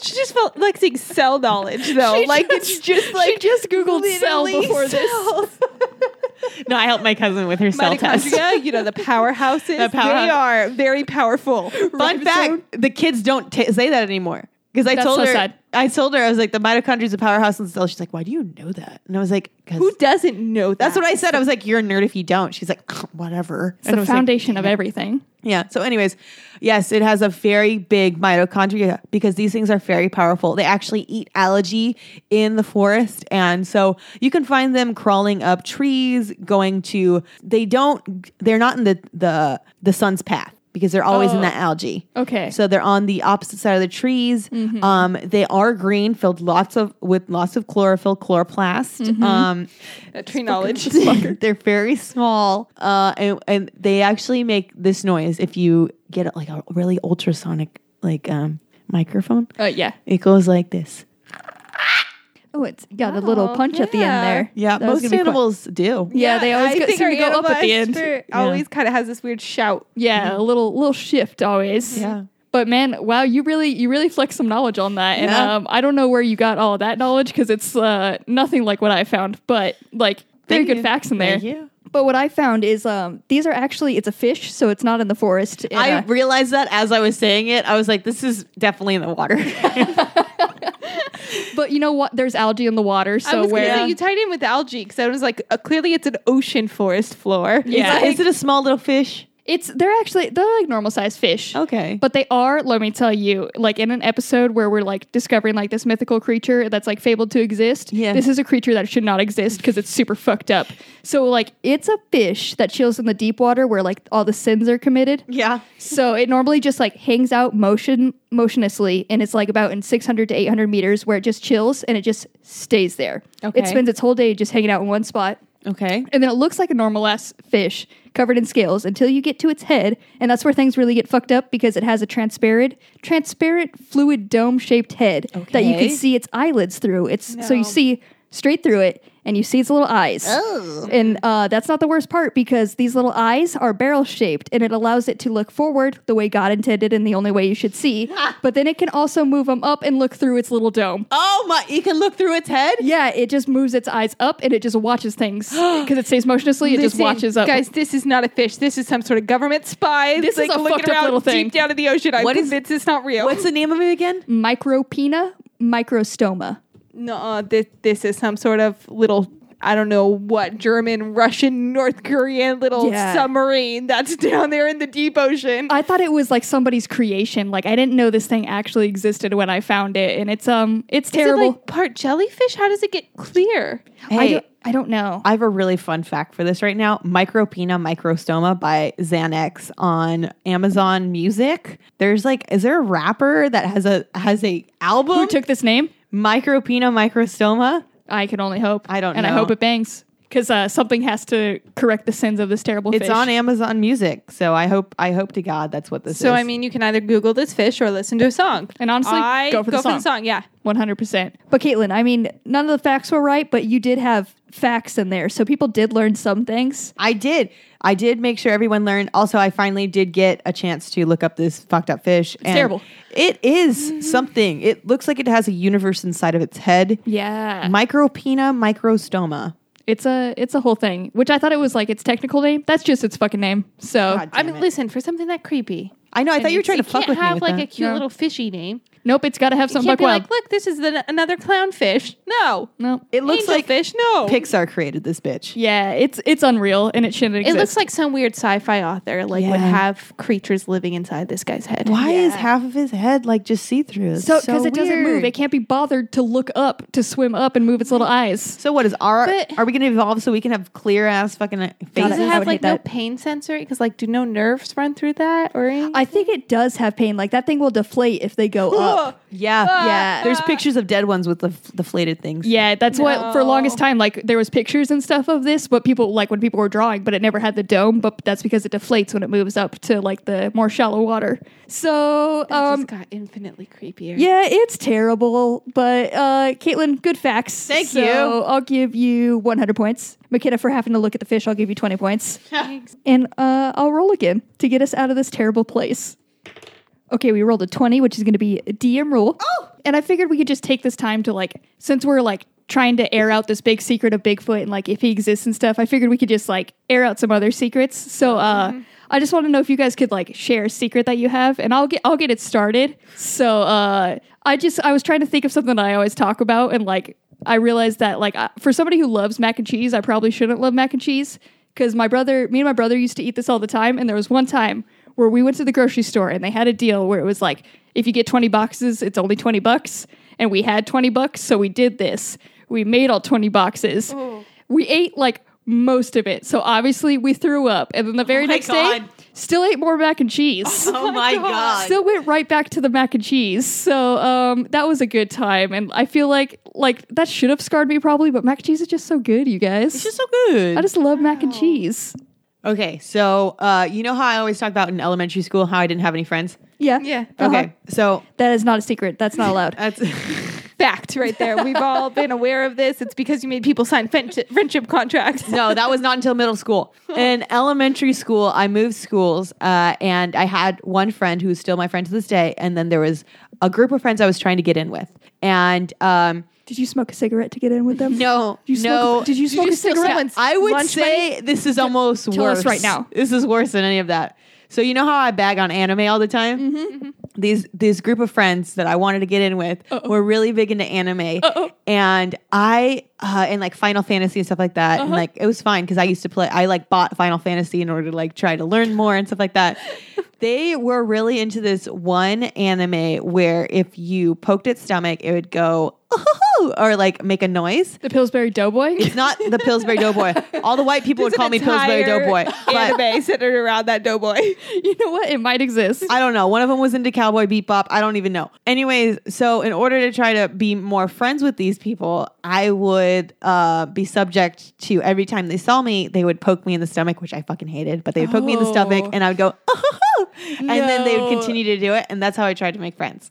S3: She just felt like seeing cell knowledge though. like it's just like
S1: she just googled cell
S3: literally
S1: before this.
S3: cells.
S2: no, I helped my cousin with her cell test.
S3: Mitochondria, you know the powerhouses.
S2: powerhouse.
S3: They are very powerful.
S2: Fun fact: the kids don't t- say that anymore. Because I
S1: That's
S2: told
S1: so
S2: her,
S1: sad.
S2: I told her, I was like, the mitochondria is a powerhouse in the cell. She's like, why do you know that? And I was like, because
S3: Who doesn't know that?
S2: that's what I said. I was like, you're a nerd if you don't. She's like, whatever.
S1: It's the
S2: I was like,
S1: foundation of everything.
S2: yeah. So, anyways, yes, it has a very big mitochondria because these things are very powerful. They actually eat algae in the forest. And so you can find them crawling up trees, going to, they don't, they're not in the, the, the sun's path because they're always in
S1: Oh.
S2: that algae.
S1: Okay. Mm-hmm.
S2: So they're on the opposite side of the trees. Um, they are green, filled lots of, with lots of chlorophyll, chloroplast.
S1: Mm-hmm.
S2: Um,
S3: That tree knowledge.
S2: they're very small, uh, and, and they actually make this noise if you get like a really ultrasonic like um, microphone.
S3: Oh,
S1: Uh, yeah.
S2: It goes like this.
S1: Oh, it's got a little
S3: Oh,
S1: punch at the
S3: yeah.
S1: end there.
S2: Yeah,
S1: That was
S2: most
S1: gonna be fun.
S2: animals do.
S1: Yeah, they always
S3: I
S1: go,
S3: think
S1: seem
S3: our
S1: to go up at the end.
S3: animal expert Always kind of has this weird shout.
S1: Yeah, a little little shift always.
S2: Mm-hmm. Yeah.
S1: But man, wow, you really you really flexed some knowledge on that, and
S2: Yeah.
S1: um, I don't know where you got all that knowledge because it's uh, nothing like what I found, but like very
S2: Thank
S1: good
S2: you.
S1: facts in there.
S2: Thank you.
S1: But what I found is um, these are actually it's a fish, so it's not in the forest. And,
S2: I
S1: uh,
S2: realized that as I was saying it, I was like, "This is definitely in the water."
S1: but you know what? There's algae in the water,
S3: I
S1: so
S3: was
S1: where um,
S3: gonna say you tied in with algae because I was like, uh, clearly it's an ocean forest floor.
S1: Yeah.
S3: It's like-
S2: is it a small little fish?
S1: It's they're actually they're like normal sized fish.
S2: Okay.
S1: But they are, let me tell you, like in an episode where we're like discovering like this mythical creature that's like fabled to exist.
S2: Yeah.
S1: This is a creature that should not exist because it's super fucked up. So like it's a fish that chills in the deep water where like all the sins are committed.
S2: yeah.
S1: So it normally just like hangs out motion motionlessly, and it's like about in 600 to 800 meters where it just chills and it just stays there.
S2: Okay.
S1: It spends its whole day just hanging out in one spot,
S2: Okay.
S1: and then it looks like a normal ass fish covered in scales until you get to its head, and that's where things really get fucked up because it has a transparent, transparent fluid dome shaped head that you
S2: Okay.
S1: can see its eyelids through. It's so you see straight through it. And you see its little eyes. Oh. And uh, that's not the worst part because these little eyes are barrel shaped and it allows it to look forward the way God intended and the only way you should see. but then it can also move them up and look through its little dome.
S2: Oh my! You can look through its head.
S1: Yeah, it just moves its eyes up and it just watches things because it stays motionlessly. It just
S3: Listen,
S1: watches up.
S3: Guys, this is not a fish. This is some sort of government spy.
S1: This
S3: It's
S1: is a
S3: looking
S1: fucked up
S3: around
S1: little thing.
S3: deep down in the ocean. I'm
S2: What is-
S3: convinced it's not real.
S2: What's the name of it again?
S1: micropina, microstoma.
S3: no, this, this is some sort of little. I don't know what German, Russian, North Korean little
S1: Yeah.
S3: submarine that's down there in the deep ocean.
S1: I thought it was like somebody's creation. Like I didn't know this thing actually existed when I found it, and it's um, it's terrible.
S3: Is it like part jellyfish? How does it get clear?
S1: I
S2: Hey,
S1: don't, I don't know.
S2: I have a really fun fact for this right now. Micropina microstoma by Xanax on Amazon Music. There's like, is there a rapper that has a has a album?
S1: Who took this name?
S2: Micropina microstoma?
S1: I can only hope.
S2: I don't
S1: and I
S2: know.
S1: hope it bangs because uh, something has to correct the sins of this terrible
S2: It's
S1: fish.
S2: on Amazon Music, so I hope I hope to God that's what this is.
S3: So I mean, you can either Google this fish or listen to a song.
S1: And honestly,
S3: I
S1: go for the song.
S3: Yeah,
S1: 100%. But Caitlin, I mean, none of the facts were right, but you did have facts in there. So people did learn some things.
S2: I did. I did make sure everyone learned. Also, I finally did get a chance to look up this fucked up fish. It's
S1: terrible. Mm-hmm.
S2: It is something. It looks like it has a universe inside of its head.
S1: Yeah.
S2: Micropina microstoma.
S1: It's a it's a whole thing, which I thought it was like its technical name. That's just its fucking name. So
S2: God
S3: I
S2: damn
S3: mean,
S2: it.
S3: listen for something that creepy.
S2: I know. I thought you were trying to
S3: It
S2: fuck
S3: can't
S2: with me.
S3: have
S2: With
S3: like
S2: that.
S3: a cute
S1: No.
S3: little fishy name.
S1: nope, it's got to have
S3: You
S1: some
S3: can't
S1: buck
S3: be
S1: wild.
S3: like, look, this is the, another clownfish. No,
S1: no,
S2: it looks like
S3: fish. No,
S2: Pixar created this bitch.
S1: yeah, it's it's unreal and it shouldn't
S3: it
S1: exist.
S3: looks like some weird sci-fi author like would
S2: Yeah.
S3: have creatures living inside this guy's head.
S2: Why is
S1: Yeah.
S2: half of his head like just see through?
S1: so because it doesn't move, it can't be bothered to look up to swim up and move its little eyes.
S2: So what is our?
S3: But-
S2: are we going to evolve so we can have clear ass fucking uh,
S3: Does
S2: faces?
S3: it
S1: I
S3: have
S1: would
S3: like
S1: hate
S3: no
S1: that.
S3: pain sensory? Because like, do no nerves run through that or anything?
S1: I think it does have pain. Like that thing will deflate if they go up.
S2: Yeah,
S1: Yeah.
S2: There's pictures of dead ones with the f- deflated things.
S1: Yeah, that's what for
S3: No.
S1: longest time like there was pictures and stuff of this, but people like when people were drawing, but it never had the dome. But that's because it deflates when it moves up to like the more shallow water. So
S3: It
S1: um,
S3: just got infinitely creepier.
S1: Yeah, it's terrible, but uh, Caitlin, good facts.
S2: Thank
S1: So
S2: you.
S1: I'll give you 100 points. McKenna, for having to look at the fish, I'll give you 20 points.
S3: Thanks.
S1: And uh, I'll roll again to get us out of this terrible place. Okay, we rolled a 20, which is going to be a DM roll. Oh! And I figured we could just take this time to, like, since we're, like, trying to air out this big secret of Bigfoot and, like, if he exists and stuff, I figured we could just, like, air out some other secrets. So, uh,. I just want to know if you guys could like share a secret that you have, and I'll get I'll get it started. So uh, I just I was trying to think of something that I always talk about, and like I realized that like I, for somebody who loves mac and cheese, I probably shouldn't love mac and cheese because my brother, me and my brother used to eat this all the time, and there was one time where we went to the grocery store and they had a deal where it was like if you get 20 boxes, it's only 20 bucks, and we had 20 bucks, so we did this. We made all 20 boxes.
S2: Oh.
S1: We ate like most of it. So obviously we threw up. And then the very
S2: Oh my
S1: next
S2: God.
S1: day, still ate more mac and cheese.
S2: Oh my god.
S1: Still went right back to the mac and cheese. So um, that was a good time, and I feel like like that should have scarred me probably. But mac and cheese is just so good, you guys.
S2: It's just so good.
S1: I just love mac and cheese.
S2: okay, so uh, you know how I always talk about in elementary school how I didn't have any friends.
S1: Yeah,
S3: Yeah.
S1: Uh-huh.
S2: Okay, so
S1: That is not a secret. That's not allowed.
S2: that's
S3: Fact right there. We've all been aware of this. It's because you made people sign friendship, friendship contracts.
S2: no, that was not until middle school. In elementary school, I moved schools, uh, and I had one friend who's still my friend to this day, and then there was a group of friends I was trying to get in with, and um,
S1: Did you smoke a cigarette to get in with them?
S2: no,
S1: Did you smoke
S2: no,
S1: A, did you smoke
S3: you
S1: a
S3: steal
S1: cigarette?
S3: someone's-
S2: I would
S3: Lunch
S2: say this is almost
S1: tell us
S2: worse
S1: right now. Mm-hmm.
S2: This is worse than any of that. So you know how I bag on anime all the time. Mm-hmm. these this group of friends that I wanted to get in with were really big into anime, and I uh, and like Final Fantasy and stuff like that,
S1: Uh-huh.
S2: and like it was fine because I used to play. I like bought Final Fantasy in order to like try to learn more and stuff like that. they were really into this one anime where if you poked its stomach, it would go "Oh or like make a noise.
S1: The Pillsbury Doughboy.
S2: It's not the Pillsbury Doughboy. All the white people would call me Pillsbury Doughboy, but
S3: anime centered around that doughboy.
S1: you know what? It might exist.
S2: I don't know. One of them was into cowboy bebop. I don't even know. Anyways, so in order to try to be more friends with these people, I would uh, be subject to every time they saw me, they would poke me in the stomach, which I fucking hated. But they would poke me in the stomach,
S1: Oh.
S2: and I would go, and then they would
S1: No.
S2: continue to do it, and that's how I tried to make friends.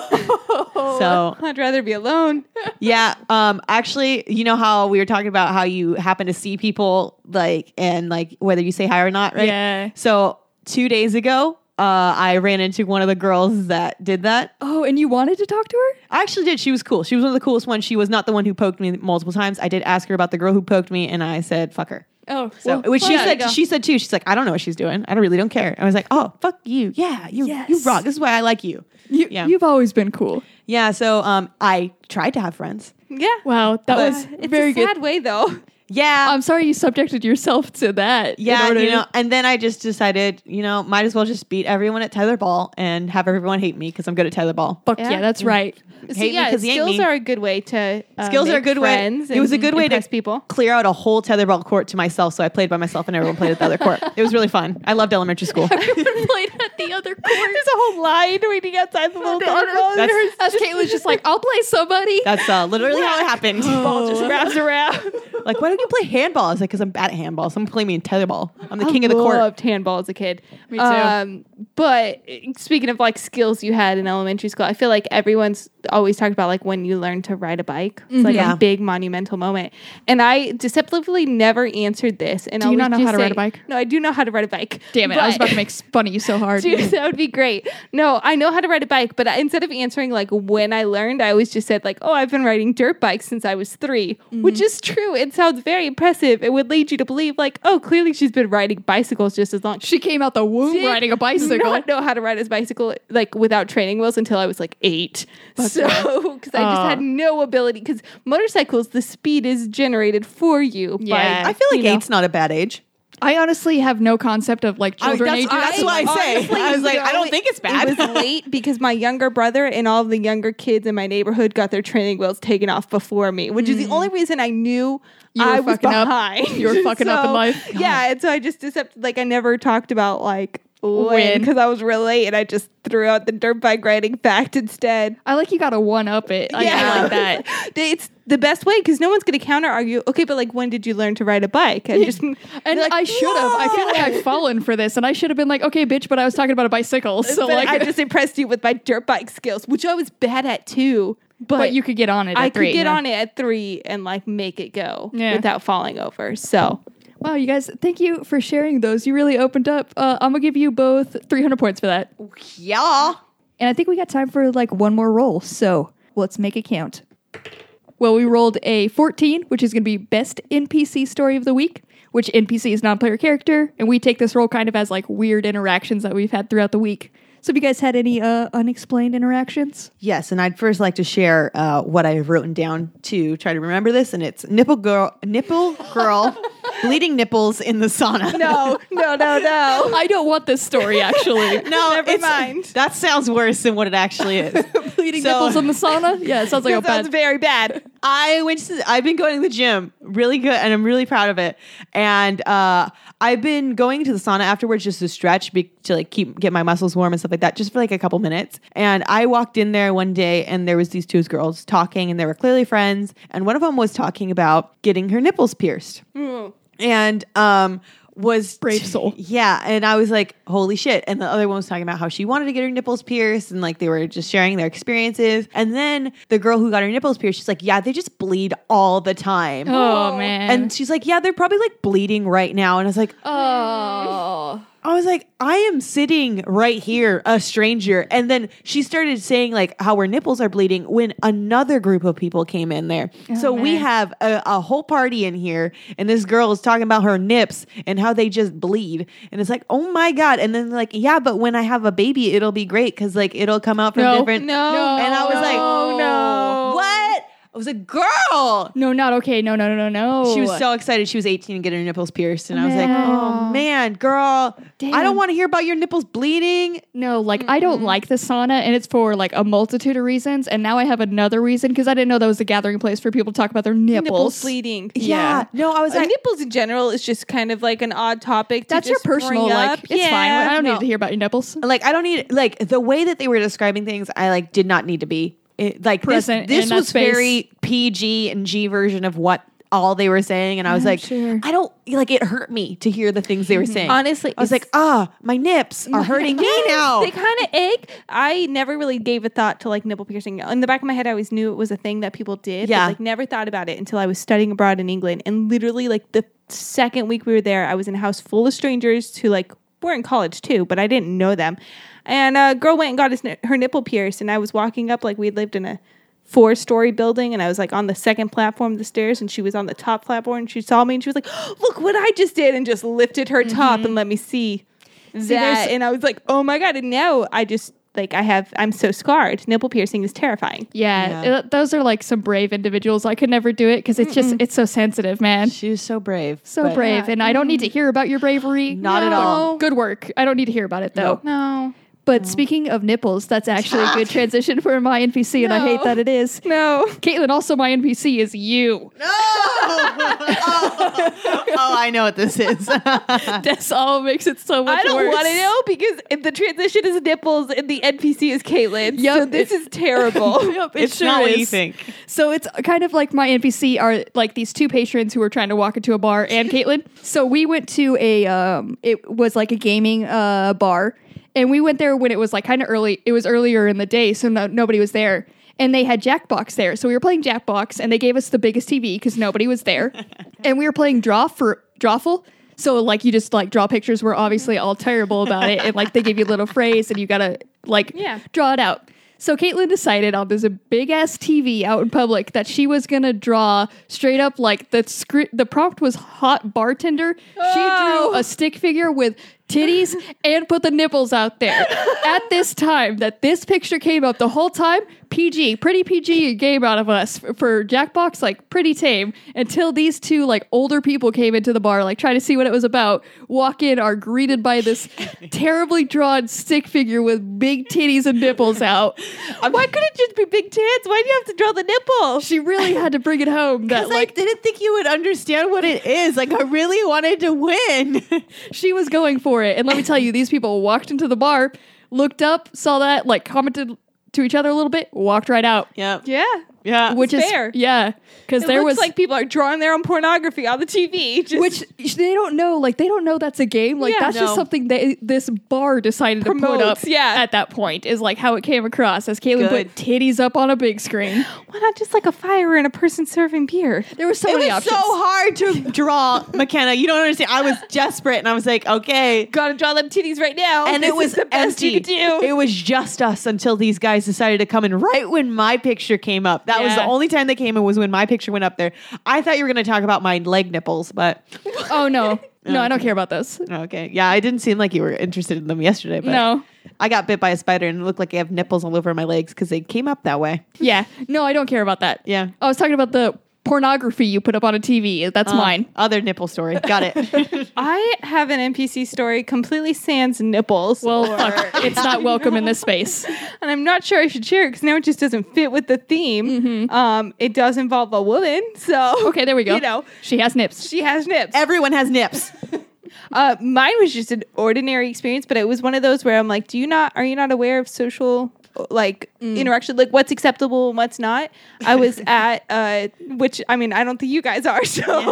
S1: oh.
S2: So
S3: I'd rather be alone.
S2: yeah, um, actually, you know how we were talking about how you happen to see people like and like whether you say hi or not, right?
S1: Yeah.
S2: So two days ago. Uh, I ran into one of the girls that did that,
S1: Oh, and you wanted to talk to her?
S2: I actually did. She was cool. She was one of the coolest ones. She was not the one who poked me multiple times. I did ask her about the girl who poked me, and I said, "Fuck her."
S1: Oh,
S2: So,
S1: well,
S2: which she
S1: fuck.
S2: said, she said too. She's like, "I don't know what she's doing. I don't really don't care." I was like, "Oh, fuck you. Yeah, you you
S1: Yes.
S2: rock. This is why I like you."
S1: you,
S2: yeah.
S1: you've always been cool.
S2: Yeah. So, um, I tried to have friends.
S3: Yeah.
S1: Wow, that
S2: But-
S1: was
S3: It's
S1: very
S3: a
S1: good.
S3: sad way though.
S2: Yeah.
S1: I'm sorry you subjected yourself to that. in
S2: yeah,
S1: order
S2: you
S1: to-
S2: know, and then I just decided, you know, might as well just beat everyone at Tether Ball and have everyone hate me because I'm good at Tether Ball.
S1: Fuck
S3: Yeah.
S1: yeah, that's right.
S3: So
S2: Hate me
S3: yeah,
S2: 'cause he ain't
S3: skills
S2: me.
S3: are a good way to uh,
S2: Skills are a
S3: make
S2: good
S3: friends
S2: way. It was a
S3: and
S2: good way to
S3: impress people.
S2: clear out a whole tetherball court to myself. So I played by myself, and everyone played at the other court. It was really fun. I loved elementary school.
S1: played at the other court.
S3: There's a whole line waiting outside the little
S2: That's-
S3: dog.
S1: As Caitlin's just like, I'll play somebody.
S2: That's uh, literally how it happened.
S3: Ball just wraps around.
S2: like, why don't you play handball? I was like, because I'm bad at handball. Someone play me in tetherball. I'm the king of the
S3: I
S2: court.
S3: loved handball as a kid. Um,
S2: Me too.
S3: but eh, speaking of like skills you had in elementary school, I feel like everyone's always talked about like when you learned to ride a bike. It's like
S2: Yeah.
S3: a big monumental moment. And I deceptively never answered this. And
S1: Do you
S3: always
S1: not know
S3: just
S1: how to ride a
S3: say-
S1: bike?
S3: No, I do know how to ride a bike.
S1: Damn it, I was
S3: But-
S1: about to make fun of you so hard.
S3: Dude, that would be great. No, I know how to ride a bike, but I, instead of answering like when I learned, I always just said like, "Oh, I've been riding dirt bikes since I was 3
S1: Mm-hmm.
S3: which is true. It sounds very impressive. It would lead you to believe like, "Oh, clearly she's been riding bicycles just as long."
S1: she came out the womb
S3: did
S1: riding a bicycle.
S3: Not know how to ride a bicycle like without training wheels until I was like eight. so because I just
S1: Oh.
S3: had no ability because motorcycles the speed is generated for you.
S1: Yeah.
S3: by,
S2: I feel like
S3: you know,
S2: eight's not a bad age.
S1: I honestly have no concept of like
S2: I,
S1: children
S2: that's,
S1: ages.
S2: that's what I say.
S3: honestly,
S2: I was like,
S3: you know,
S2: I don't think it's bad.
S3: It was late because my younger brother and all the younger kids in my neighborhood got their training wheels taken off before me, which is the only reason I knew
S1: Mm. You were
S3: I was
S1: fucking up.
S3: behind.
S1: You were fucking up in
S3: So,
S1: life.
S3: Yeah, and so I just accepted. Like I never talked about like when
S1: When.
S3: because I was really late, and I just threw out the dirt bike riding fact instead.
S1: I like you got to one up it. I yeah. like that.
S3: They- it's the best way because no one's going to counter argue. Okay, but like when did you learn to ride a bike? And just and
S1: And I should have. I feel like I've fallen for this, and I should have been like, okay, bitch, but I was talking about a bicycle, so
S3: But
S1: like,
S3: I just impressed you with my dirt bike skills, which I was bad at too. But,
S1: but, you could get on it.
S3: I
S1: at three,
S3: could get
S1: yeah.
S3: on it at three and like make it go
S1: Yeah.
S3: without falling over. So
S1: Wow, you guys, thank you for sharing those. You really opened up. Uh, I'm gonna give you both 300 points for that.
S2: yeah.
S1: And I think we got time for like one more roll. So let's make it count. Well, we rolled a 14, which is going to be best NPC story of the week, which NPC is non player character. And we take this roll kind of as like weird interactions that we've had throughout the week. So have you guys had any uh, unexplained interactions?
S2: Yes, and I'd first like to share uh, what I have written down to try to remember this, and it's nipple girl, nipple girl, bleeding nipples in the sauna.
S3: no, no, no, no.
S1: I don't want this story actually.
S2: no,
S3: Never
S2: it's-
S3: mind.
S2: That sounds worse than what it actually is.
S1: Bleeding
S2: So-
S1: nipples in the sauna? Yeah, it sounds like a
S3: That sounds
S1: bad.
S3: very bad.
S2: I went to I've been going to the gym really good and I'm really proud of it. And uh I've been going to the sauna afterwards just to stretch be, to like keep get my muscles warm and stuff like that just for like a couple minutes. And I walked in there one day and there was these two girls talking and they were clearly friends and one of them was talking about getting her nipples pierced. And um was
S1: Brave soul.
S2: yeah, and I was like, "Holy shit!" And the other one was talking about how she wanted to get her nipples pierced, and like they were just sharing their experiences. And then the girl who got her nipples pierced, she's like, "Yeah, they just bleed all the time."
S1: Oh, man.
S2: And she's like, "Yeah, they're probably like bleeding right now." And I was like,
S1: oh.
S2: "I was like, like, I am sitting right here, a stranger. And then she started saying, like, how her nipples are bleeding when another group of people came in there.
S3: Oh,
S2: so we
S1: man.
S2: have a, a whole party in here, and this girl is talking about her nips and how they just bleed. And it's like, oh my God. And then, like, yeah, but when I have a baby, it'll be great because, like, it'll come out from
S1: No.
S2: different.
S3: No.
S2: And I was like,
S3: no, no.
S2: What? I was a girl.
S1: No, not okay. No, no, no, no, no.
S2: She was so excited. She was 18 and getting her nipples pierced. And I was like,
S1: Man.
S2: oh man, girl, I
S1: Damn.
S2: don't want to hear about your nipples bleeding.
S1: No, like I don't like the sauna, and it's for like a multitude of reasons. And now I have another reason because I didn't know that was a gathering place for people to talk about their nipples.
S3: nipples bleeding.
S2: Yeah. No, I was
S3: Uh,
S2: like,
S3: nipples in general is just kind of like an odd topic. To
S1: That's your
S3: just bring
S1: personal, like
S3: up.
S1: it's fine.
S3: Yeah,
S1: I don't
S3: no.
S1: need to hear about your nipples.
S2: like, I don't need, like, the way that they were describing things, I like did not need to be it, like this-
S1: Present
S2: This,
S1: in that
S2: was
S1: space.
S2: very PG and G version of what all they were saying. And I was like,
S1: sure. Mm-hmm.
S2: I don't, like, it hurt me to hear the things they were saying.
S3: Honestly,
S2: I was
S3: it's-
S2: like, ah, my nips are hurting me now.
S3: They kind of ache. I never really gave a thought to like nipple piercing. In the back of my head, I always knew it was a thing that people did.
S2: Yeah.
S3: But, like never thought about it until I was studying abroad in England. And literally, like the second week we were there, I was in a house full of strangers who like were in college too, but I didn't know them. And a girl went and got his, ni- her nipple pierced, and I was walking up like we had lived in a four story building and I was like on the second platform of the stairs and she was on the top platform and she saw me and she was like, Look what I just did and just lifted her top and let me see that. And I was like, Oh my god, and now I just like I have I'm so scarred. Nipple piercing is terrifying.
S1: Yeah,
S2: Yeah.
S1: uh, those are like some brave individuals. I could never do it because it's just it's so sensitive, man.
S2: she was so brave.
S1: So
S2: but-
S1: brave, and I don't need to hear about your bravery.
S2: Not at all.
S1: Good work. I don't need to hear about it though.
S3: No.
S1: But speaking of nipples, that's actually a good transition for my NPC, and I hate
S3: No.
S1: that it is.
S3: No.
S1: Caitlin, also my NPC is you.
S2: Oh, I know what this is.
S1: That's all makes it so much
S3: I don't
S1: worse.
S3: want to know because if the transition is nipples and the NPC is Caitlin.
S1: Yep.
S3: so this is terrible.
S1: Yep, it
S2: it's
S1: sure
S2: not what you
S1: is.
S2: think.
S1: So it's kind of like my NPC are like these two patrons who are trying to walk into a bar and Caitlin. So we went to a um it was like a gaming uh bar and we went there when it was like kind of early it was earlier in the day so no, nobody was there and they had Jackbox there. So we were playing Jackbox and they gave us the biggest TV cuz nobody was there. and we were playing draw for drawful so like you just like draw pictures we're obviously all terrible about it and like they give you a little phrase and you gotta like
S3: Yeah.
S1: draw it out. So Caitlin decided on this big ass TV out in public that she was gonna draw straight up like the script. The prompt was hot bartender. She
S3: Oh.
S1: drew a stick figure with titties and put the nipples out there. At this time that this picture came up, the whole time PG, pretty PG game out of us for, for Jackbox, like pretty tame. Until these two like older people came into the bar, like trying to see what it was about. Walk in, are greeted by this terribly drawn stick figure with big titties and nipples out.
S3: Why couldn't it just be big tits? Why do you have to draw the nipple?
S1: She really had to bring it home that
S2: Because I
S1: like
S2: didn't think you would understand what it is. Like I really wanted to win.
S1: she was going for it. And let me tell you, these people walked into the bar, looked up, saw that, like commented to each other a little bit, walked right out.
S2: yeah,
S3: Yeah.
S2: yeah.
S1: Which is
S3: fair.
S1: yeah, because
S3: It
S1: there
S3: looks
S1: was
S3: like people are drawing their own pornography on the TV. Just
S1: which they don't know like they don't know that's a game like
S3: Yeah.
S1: that's just
S2: No.
S1: something they this bar decided to put up
S3: Promotes, yeah.
S1: at that point is like how it came across as Caitlin
S2: Good.
S1: put titties up on a big screen
S3: why not just like a fire and a person serving beer?
S1: there were so
S2: it was
S1: many options
S2: so hard to draw McKenna. You don't understand. I was desperate, and I was like, okay.
S3: Gotta draw them titties right now.
S2: And
S3: This
S2: it
S3: is
S2: was
S3: the best
S2: empty.
S3: you could do.
S2: It was just us until these guys decided to come in. Right when my picture came up, that was the
S1: Yeah.
S2: only time they came in was when my picture went up there. I thought you were going to talk about my leg nipples, but
S1: oh no no I don't care about those
S2: okay, yeah, I didn't seem like you were interested in them yesterday. But
S1: No.
S2: I got bit by a spider and it looked like I have nipples all over my legs because they came up that way.
S1: yeah no I don't care about that
S2: Yeah.
S1: I was talking about the pornography you put up on a TV that's
S2: Uh,
S1: mine
S2: Other nipple story. Got it.
S3: I have an NPC story completely sans nipples.
S1: well
S3: or-
S1: fuck it's not welcome in this space
S3: and I'm not sure I should share it because now it just doesn't fit with the theme. Um, it does involve a woman, so
S1: okay there we go
S3: You know,
S1: she has nips
S3: she has nips.
S2: Everyone has nips.
S3: Uh, mine was just an ordinary experience, but it was one of those where I'm like, do you not, are you not aware of social like interaction? Like what's acceptable and what's not? I was at, uh, which I mean, I don't think you guys are. So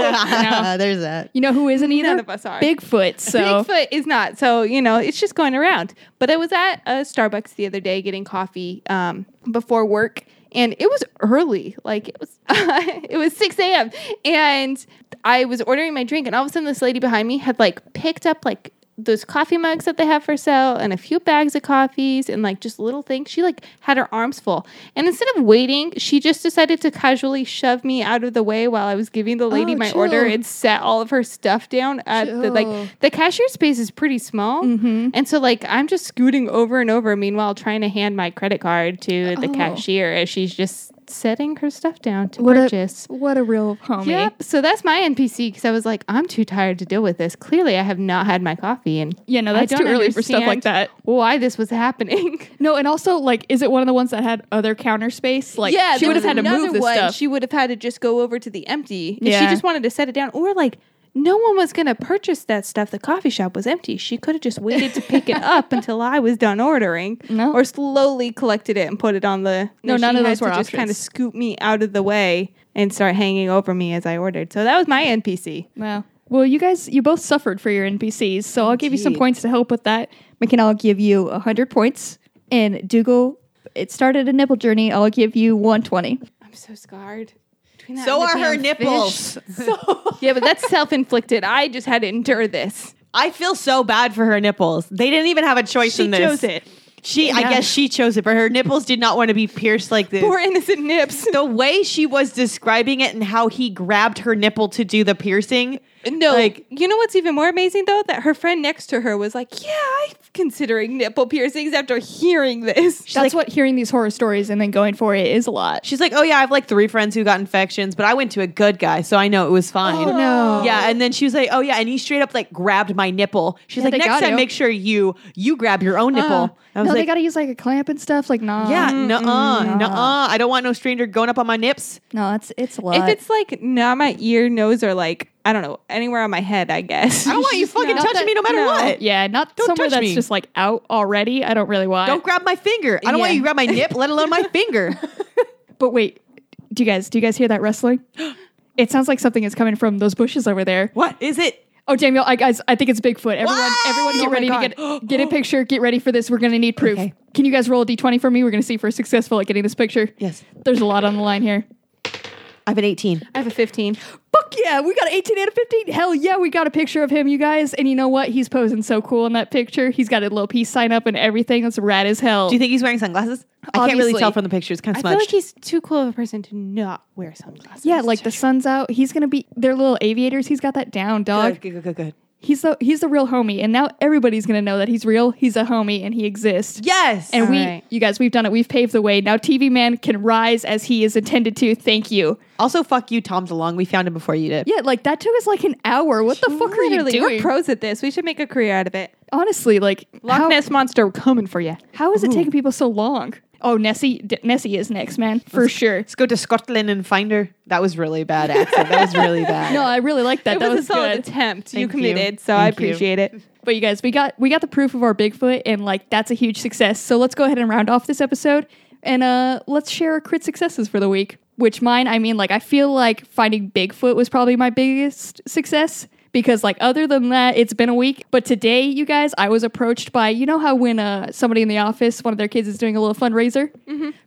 S2: There's that.
S1: you know who isn't either
S3: of us are.
S1: Bigfoot so
S3: Bigfoot is not. So, you know, it's just going around. But I was at a Starbucks the other day getting coffee um, before work. And it was early, like it was, it was six a.m. And I was ordering my drink, and all of a sudden, this lady behind me had like picked up like those coffee mugs that they have for sale and a few bags of coffees and like just little things. She like had her arms full. And instead of waiting, she just decided to casually shove me out of the way while I was giving the lady
S1: Oh,
S3: my order
S1: chill.
S3: and set all of her stuff down at the
S1: Chill.
S3: like the cashier space is pretty small. And so like I'm just scooting over and over meanwhile trying to hand my credit card to the
S1: Oh.
S3: cashier as she's just setting her stuff down to
S1: What
S3: purchase.
S1: a what a real homie.
S3: Yep. So that's my NPC because I was like, I'm too tired to deal with this. Clearly, I have not had my coffee, and
S1: Yeah, no,
S3: I
S1: that's too
S3: don't
S1: early for stuff like
S3: understand
S1: that.
S3: Why this was happening?
S1: No, and also like, is it one of the ones that had other counter space? Like, she
S3: there
S1: would have
S3: was
S1: had to
S3: another
S1: move this
S3: one.
S1: stuff.
S3: She would have had to just go over to the empty. If
S1: Yeah.
S3: she just wanted to set it down, or like. No one was going to purchase that stuff. The coffee shop was empty. She could have just waited to pick it up until I was done ordering,
S1: No.
S3: or slowly collected it and put it on the.
S1: No, none
S3: she
S1: of
S3: had
S1: those were
S3: to Just kind of
S1: options.
S3: scoop me out of the way and start hanging over me as I ordered. So that was my NPC.
S1: Wow. Well, you guys, you both suffered for your NPCs, so I'll give you some
S3: Indeed.
S1: points to help with that. McKenna, I'll give you 100 points. And Dougal, it started a nipple journey. I'll give you 120.
S3: I'm so scarred. Between that
S2: So
S3: and the
S2: are her
S3: damn
S2: nipples.
S3: fish. yeah, but that's self inflicted. I just had to endure this.
S2: I feel so bad for her nipples. They didn't even have a choice
S3: She
S2: in this.
S3: chose it.
S2: She, I
S3: Yeah.
S2: guess she chose it, but her nipples did not want to be pierced like this.
S3: Poor innocent nips.
S2: the way she was describing it and how he grabbed her nipple to do the piercing.
S3: No,
S2: Like-
S3: like you know what's even more amazing though that her friend next to her was like, "Yeah, I'm considering nipple piercings after hearing this."
S1: That's what hearing these horror stories and then going for it is a lot.
S2: She's like, "Oh yeah, I have like three friends who got infections, but I went to a good guy, so I know it was fine."
S1: Oh, no.
S2: Yeah, and then she was like, "Oh yeah," and he straight up like grabbed my nipple. She's
S1: Yeah,
S2: like,
S1: they
S2: "Next
S1: got
S2: time,
S1: you." Uh-uh.
S2: make sure you you grab your
S1: Oh,
S2: own
S1: uh.
S2: nipple." I was
S1: No, they
S2: like,
S1: got to use like a clamp and stuff. Like, nah.
S2: "Yeah, no, uh, no, uh, I don't want no stranger going up on my nips."
S1: No, it's, it's a lot.
S3: If it's like not my ear, nose, or like I don't know anywhere on my head, I guess.
S2: I don't want you fucking touching me no matter what.
S1: yeah, not
S2: Don't
S1: somewhere that's
S2: touch me.
S1: just like out already. I don't really want.
S2: Don't grab my finger. I don't want
S1: Yeah.
S2: you to grab my nip, let alone my finger.
S1: But wait, do you guys do you guys hear that rustling? It sounds like something is coming from those bushes over there.
S2: What is it?
S1: Oh, Daniel, I guys, I think it's Bigfoot. Everyone,
S2: What?
S1: everyone, get
S2: Oh my
S1: ready to
S2: God.
S1: get get a picture. Get ready for this. We're gonna need proof.
S2: Okay.
S1: Can you guys roll a d20 for me? We're gonna see if we're successful at getting this picture.
S2: Yes.
S1: There's a lot on the line here.
S2: I've been 18.
S3: I have a 15.
S1: Fuck yeah, we got an 18 out of 15. Hell yeah, we got a picture of him, you guys. And you know what? He's posing so cool in that picture. He's got a little peace sign up and everything. That's rad as hell.
S2: Do you think he's wearing sunglasses? I can't really
S1: Obviously.
S2: tell from the picture. It's kind
S3: I
S2: of
S3: feel like
S2: smudged.
S3: he's too cool of a person to not wear sunglasses.
S1: yeah, like the sun's out. He's gonna be their little aviators. He's got that down, dog.
S2: Good, good, good, good, good.
S1: He's the he's the real homie, and now everybody's gonna know that he's real. He's a homie, and he exists.
S2: Yes.
S1: And
S3: All
S1: we,
S3: right.
S1: you guys, we've done it. We've paved the way. Now TV man can rise as he is intended to. Thank you.
S2: Also, fuck you, Tom DeLong. We found him before you did.
S1: Yeah, like that took us like an hour. What the fuck are you
S3: Literally,
S1: doing?
S3: We're pros at this. We should make a career out of it.
S1: Honestly, like
S3: Loch
S1: how,
S3: Ness monster coming for you.
S1: how is it taking people so long? Oh, Nessie, D- Nessie is next, man, for sure.
S2: Let's go to Scotland and find her. That was really bad accent. That was really bad.
S1: No, I really like that.
S3: It
S1: that
S3: was,
S1: was,
S3: a solid
S1: good.
S3: attempt.
S2: Thank
S3: you
S2: you.
S3: committed, so I
S2: Thank you.
S3: appreciate it.
S1: But you guys, we got we got the proof of our Bigfoot, and like that's a huge success. So let's go ahead and round off this episode, and uh, let's share our crit successes for the week. Which mine, I mean, like I feel like finding Bigfoot was probably my biggest success because like other than that, it's been a week. But today, you guys, I was approached by you know how when uh somebody in the office, one of their kids is doing a little fundraiser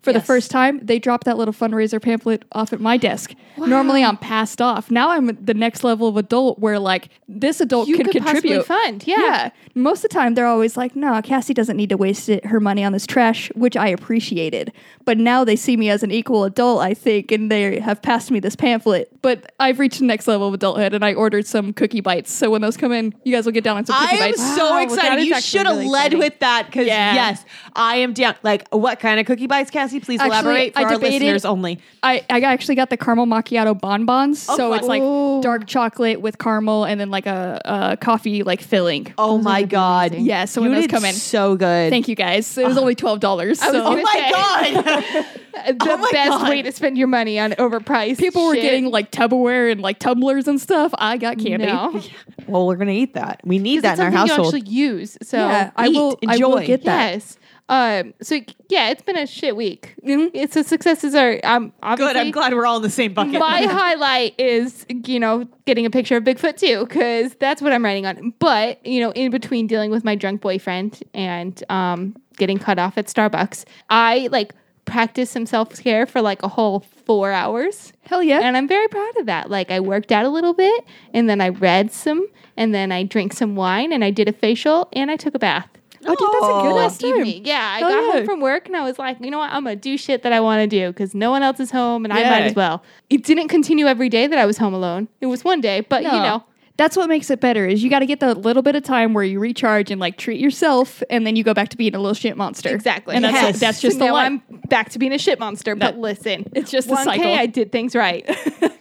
S1: for the first time, they dropped that little fundraiser pamphlet off at my desk. Normally, I'm passed off. Now I'm at the next level of adult where like this adult
S3: You
S1: could,
S3: could possibly
S1: contribute
S3: fund, yeah.
S1: most of the time they're always like, "No, Cassie doesn't need to waste it, her money on this trash," which I appreciated. But now they see me as an equal adult, I think, and they have passed me this pamphlet. But I've reached the next level of adulthood, and I ordered some cookie bites. So when those come in, you guys will get down on some
S2: I
S1: cookie
S2: am
S1: bites.
S2: so
S3: Wow, that
S2: excited.
S3: is
S2: You
S3: actually
S2: should have
S3: really
S2: led
S3: exciting.
S2: with that because
S1: Yeah.
S2: yes, I am down. Like, what kind of cookie bites, Cassie? Please
S1: Actually,
S2: elaborate for
S1: I
S2: our
S1: debated-
S2: listeners only.
S1: I, I actually got the caramel macchiato bonbons. so
S2: fun.
S1: it's like
S3: Ooh.
S1: dark chocolate with caramel, and then like a, a coffee like filling.
S2: Oh my god!
S3: amazing.
S1: Yeah, so
S2: you
S1: when those
S2: did
S1: come in-
S2: so good.
S1: Thank you guys. It was only twelve dollars. So
S3: was
S2: Oh
S3: gonna say.
S2: my god!
S3: the
S2: my
S3: best
S2: God.
S3: way to spend your money on overpriced.
S1: people were
S3: shit.
S1: getting like Tupperware and like tumblers and stuff. I got candy.
S3: No.
S2: well, we're gonna eat that. We need that
S3: Because
S2: in our
S3: it's something
S2: household.
S3: You actually use. So
S1: yeah, I
S2: eat,
S1: will. I will
S2: enjoy.
S1: get that.
S3: yes. Um, so yeah, it's been a shit week.
S2: Mm-hmm.
S3: It's the successes are um, obviously
S2: good. I'm glad we're all in the same bucket.
S3: My highlight is, you know, getting a picture of Bigfoot too, because that's what I'm writing on. But, you know, in between dealing with my drunk boyfriend and um, getting cut off at Starbucks, I like practice some self care for like a whole four hours.
S1: Hell yeah.
S3: And I'm very proud of that. Like I worked out a little bit and then I read some and then I drank some wine and I did a facial and I took a bath.
S1: oh, dude, that's a
S2: Oh.
S1: good last
S3: Last
S1: time.
S3: evening. Yeah. I
S1: Hell
S3: got
S1: yeah.
S3: home from work and I was like, you know what? I'm going to do shit that I want to do because no one else is home and I might
S1: Yeah.
S3: as well. It didn't continue every day that I was home alone. It was one day, but you
S1: No.
S3: know,
S1: That's what makes it better is you got to get that little bit of time where you recharge and like treat yourself, and then you go back to being a little shit monster.
S3: Exactly.
S1: and that's
S2: Yes.
S1: that's just
S3: so
S1: the
S3: now
S1: life.
S3: I'm back to being a shit monster. But listen,
S1: it's just a
S3: 1K,
S1: cycle.
S3: I did things right.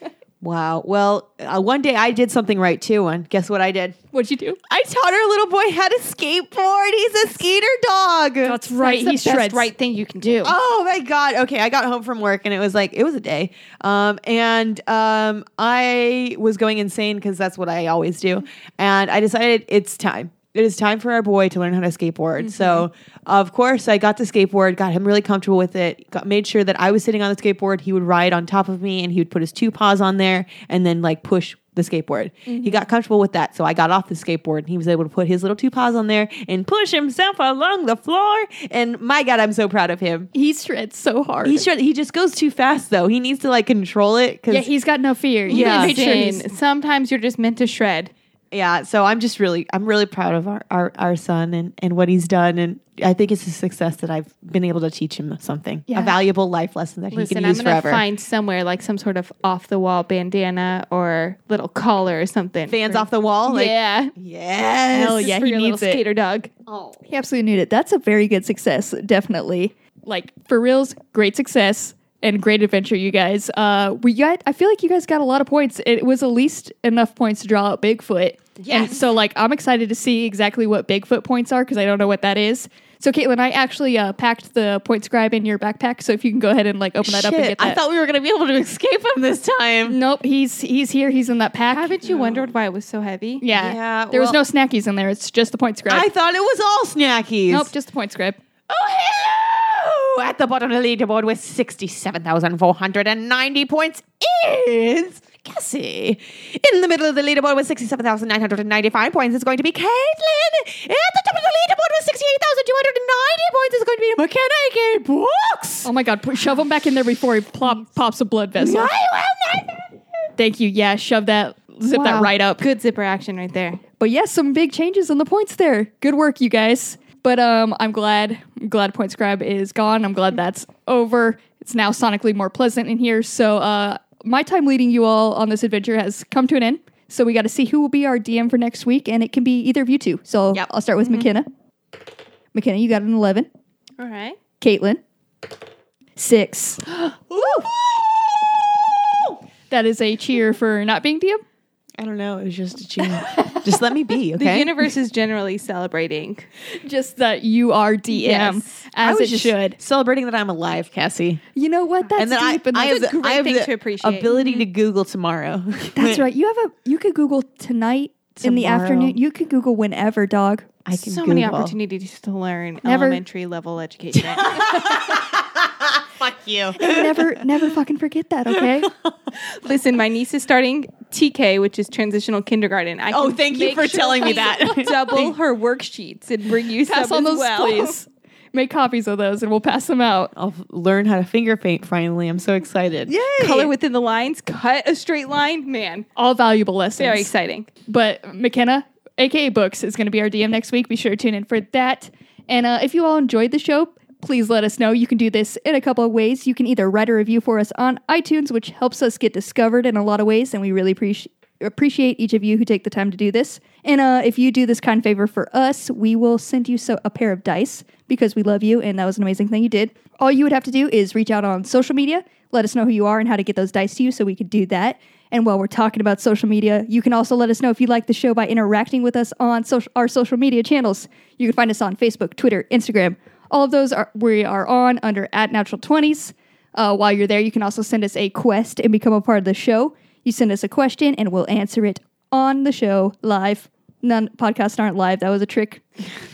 S2: Wow. Well, uh, one day I did something right too, and guess what I did?
S1: What'd you do?
S2: I taught her little boy how to skateboard. He's a skater dog.
S1: That's right.
S3: That's
S1: he
S3: the
S1: shreds.
S3: best right thing you can do.
S2: Oh my god. Okay, I got home from work and it was like it was a day. Um and um I was going insane cuz that's what I always do. And I decided it's time. It is time for our boy to learn how to skateboard. So, of course, I got the skateboard, got him really comfortable with it, got, made sure that I was sitting on the skateboard. He would ride on top of me and he would put his two paws on there and then like push the skateboard. He got comfortable with that. So I got off the skateboard and he was able to put his little two paws on there and push himself along the floor. And my God, I'm so proud of him.
S1: He shreds so hard.
S2: He should. He just goes too fast, though. He needs to like control it. Cause,
S1: yeah,
S2: yeah,
S1: he's got no fear. You
S2: Yeah.
S1: gotta make sure he's-
S3: Listen, Sometimes you're just meant to shred.
S2: So I'm just really, I'm really proud of our our, our son and and what he's done, and I think it's a success that I've been able to teach him something,
S1: Yeah.
S2: a valuable life lesson that he
S3: Listen,
S2: can
S3: I'm
S2: use
S3: gonna
S2: forever.
S3: find somewhere like some sort of off the wall bandana or little collar or something.
S2: Fans off the wall, like
S3: yeah. Oh,
S2: yes,
S1: Hell yeah,
S3: For
S1: he
S3: your
S1: needs
S3: little
S1: it.
S3: skater dog.
S1: He absolutely needed it. That's a very good success, definitely. Like for reals, great success and great adventure, you guys. Uh, we got. I feel like you guys got a lot of points. It was at least enough points to draw out Bigfoot. And
S2: Yes.
S1: so, like, I'm excited to see exactly what Bigfoot points are because I don't know what that is. So, Caitlin, I actually uh, packed the point scribe in your backpack. So, if you can go ahead and like open that up and get
S2: Shit,
S1: that.
S2: I thought we were gonna be able to escape him this time.
S1: nope, he's he's here. He's in that pack.
S3: Haven't you wondered why it was so heavy?
S1: Yeah.
S2: Yeah,
S1: there was no
S2: well-
S1: snackies in there. It's just the point scribe.
S2: I thought it was all snackies.
S1: nope, just the point scribe.
S2: Oh, hello! At the bottom of the leaderboard with 67,490 points is Cassie. In the middle of the leaderboard with 67,995 points is going to be Caitlin. At the top of the leaderboard with 68,290 points is going to be McKenna, aka Brooks.
S1: Oh my god, put, shove him back in there before he plop, pops a blood vessel.
S2: I will not-
S1: Thank you. Yeah, shove that, zip
S3: Wow.
S1: that right up.
S3: Good zipper action right there.
S1: But yes, some big changes in the points there. Good work, you guys. But um, I'm glad, I'm glad Point Scribe is gone. I'm glad that's over. It's now sonically more pleasant in here. So uh, my time leading you all on this adventure has come to an end. So we got to see who will be our DM for next week, and it can be either of you two. So
S2: Yep.
S1: I'll start with McKenna. McKenna, you got an eleven.
S3: All right.
S1: Caitlin. Six. that is a cheer for not being DM.
S2: I don't know. It was just a cheat. just let me be,
S3: The
S2: okay?
S3: universe is generally celebrating.
S1: Just that you are DM
S3: Yes.
S2: I
S1: as
S2: was
S1: it
S2: just
S1: should.
S2: celebrating that I'm alive, Cassie.
S1: You know what? That's
S2: and then I,
S1: deep. and
S2: I have
S1: that's,
S2: the,
S3: great
S2: I have
S3: thing
S2: the
S3: to appreciate.
S2: ability to Google tomorrow.
S1: that's right. You have a. You could Google tonight in the
S2: Tomorrow.
S1: afternoon. You could Google whenever, dog.
S2: I can
S3: so many
S2: Google.
S3: opportunities to learn
S1: Never-
S3: elementary level education.
S2: Fuck you.
S1: Never, never fucking forget that. Okay.
S3: Listen, my niece is starting TK, which is transitional kindergarten. I
S2: Oh,
S3: can
S2: thank you
S3: make
S2: for
S3: sure
S2: telling me
S3: we
S2: that.
S3: double her worksheets and bring you
S1: pass
S3: some
S1: on
S3: as
S1: those,
S3: well.
S1: please. Make copies of those, and we'll pass them out.
S2: I'll f- learn how to finger paint finally. I'm so excited. Yeah.
S3: Color within the lines, cut a straight line. Man,
S1: All valuable lessons.
S3: very exciting.
S1: But McKenna, aka Books, is going to be our DM next week. Be sure to tune in for that. And uh, if you all enjoyed the show, please let us know. You can do this in a couple of ways. You can either write a review for us on iTunes, which helps us get discovered in a lot of ways, and we really appreciate. Appreciate each of you who take the time to do this. And uh, if you do this kind favor for us, we will send you so- a pair of dice because we love you and that was an amazing thing you did. All you would have to do is reach out on social media, let us know who you are and how to get those dice to you so we could do that. And while we're talking about social media, you can also let us know if you like the show by interacting with us on social, our social media channels. You can find us on Facebook, Twitter, Instagram. All of those are we are on under at natural twenties. Uh, while you're there, you can also send us a quest and become a part of the show. You send us a question and we'll answer it on the show live. None podcasts aren't live. That was a trick.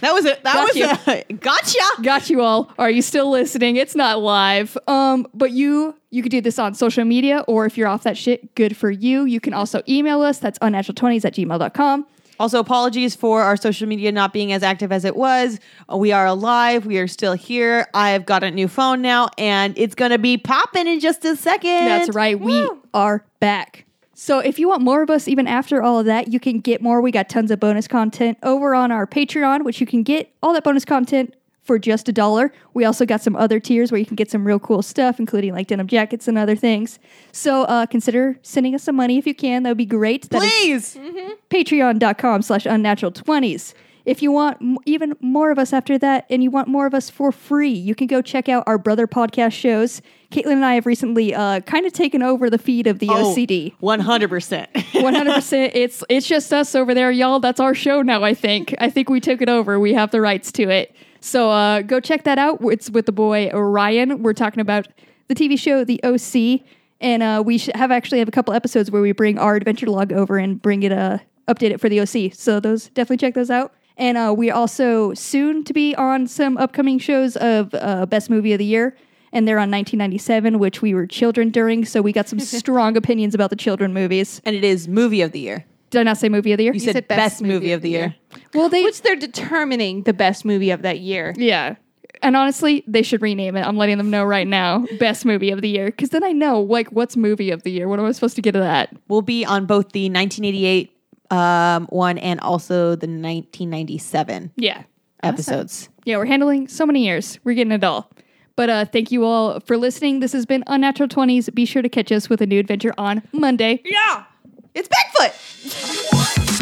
S2: That was it. That
S1: Got
S2: was
S1: you.
S2: a gotcha.
S1: Got you all. Are you still listening? It's not live. Um, but you you could do this on social media, or if you're off that shit, good for you. You can also email us. That's unnatural20s at gmail.com.
S2: Also, apologies for our social media not being as active as it was. Uh, We are alive. We are still here. I've got a new phone now, and it's going to be popping in just a second.
S1: That's right. We
S2: Woo!
S1: are back. So if you want more of us, even after all of that, you can get more. We got tons of bonus content over on our Patreon, which you can get all that bonus content for just a dollar. We also got some other tiers where you can get some real cool stuff, including like denim jackets and other things. So uh, consider sending us some money if you can. That would be great. That is
S2: Please.
S1: patreon.com slash unnatural 20s if you want m- even more of us after that and you want more of us for free you can go check out our brother podcast shows caitlin and i have recently uh, kind of taken over the feed of the
S2: Oh,
S1: ocd
S2: 100%.
S1: 100% it's it's just us over there y'all that's our show now i think i think we took it over we have the rights to it so uh, go check that out it's with the boy ryan we're talking about the tv show the oc and uh, we sh- have actually have a couple episodes where we bring our adventure log over and bring it uh, update it for the oc so those definitely check those out and uh, we also soon to be on some upcoming shows of uh, best movie of the year and they're on 1997 which we were children during so we got some strong opinions about the children movies
S2: and it is movie of the year.
S1: did I not say movie of the year?
S2: You, said,
S3: said
S2: best, movie of the year.
S1: well, they
S3: Which they're determining the best movie of that year.
S1: yeah. And honestly, they should rename it. I'm letting them know right now. Best movie of the year, because then I know like what's movie of the year. What am I supposed to get to that?
S2: We'll be on both the 1988 um, one and also the 1997
S1: Yeah,
S2: episodes.
S1: yeah. We're handling so many years. We're getting it all. But uh, thank you all for listening. This has been Unnatural Twenties. Be sure to catch us with a new adventure on Monday.
S2: Yeah. It's Bigfoot.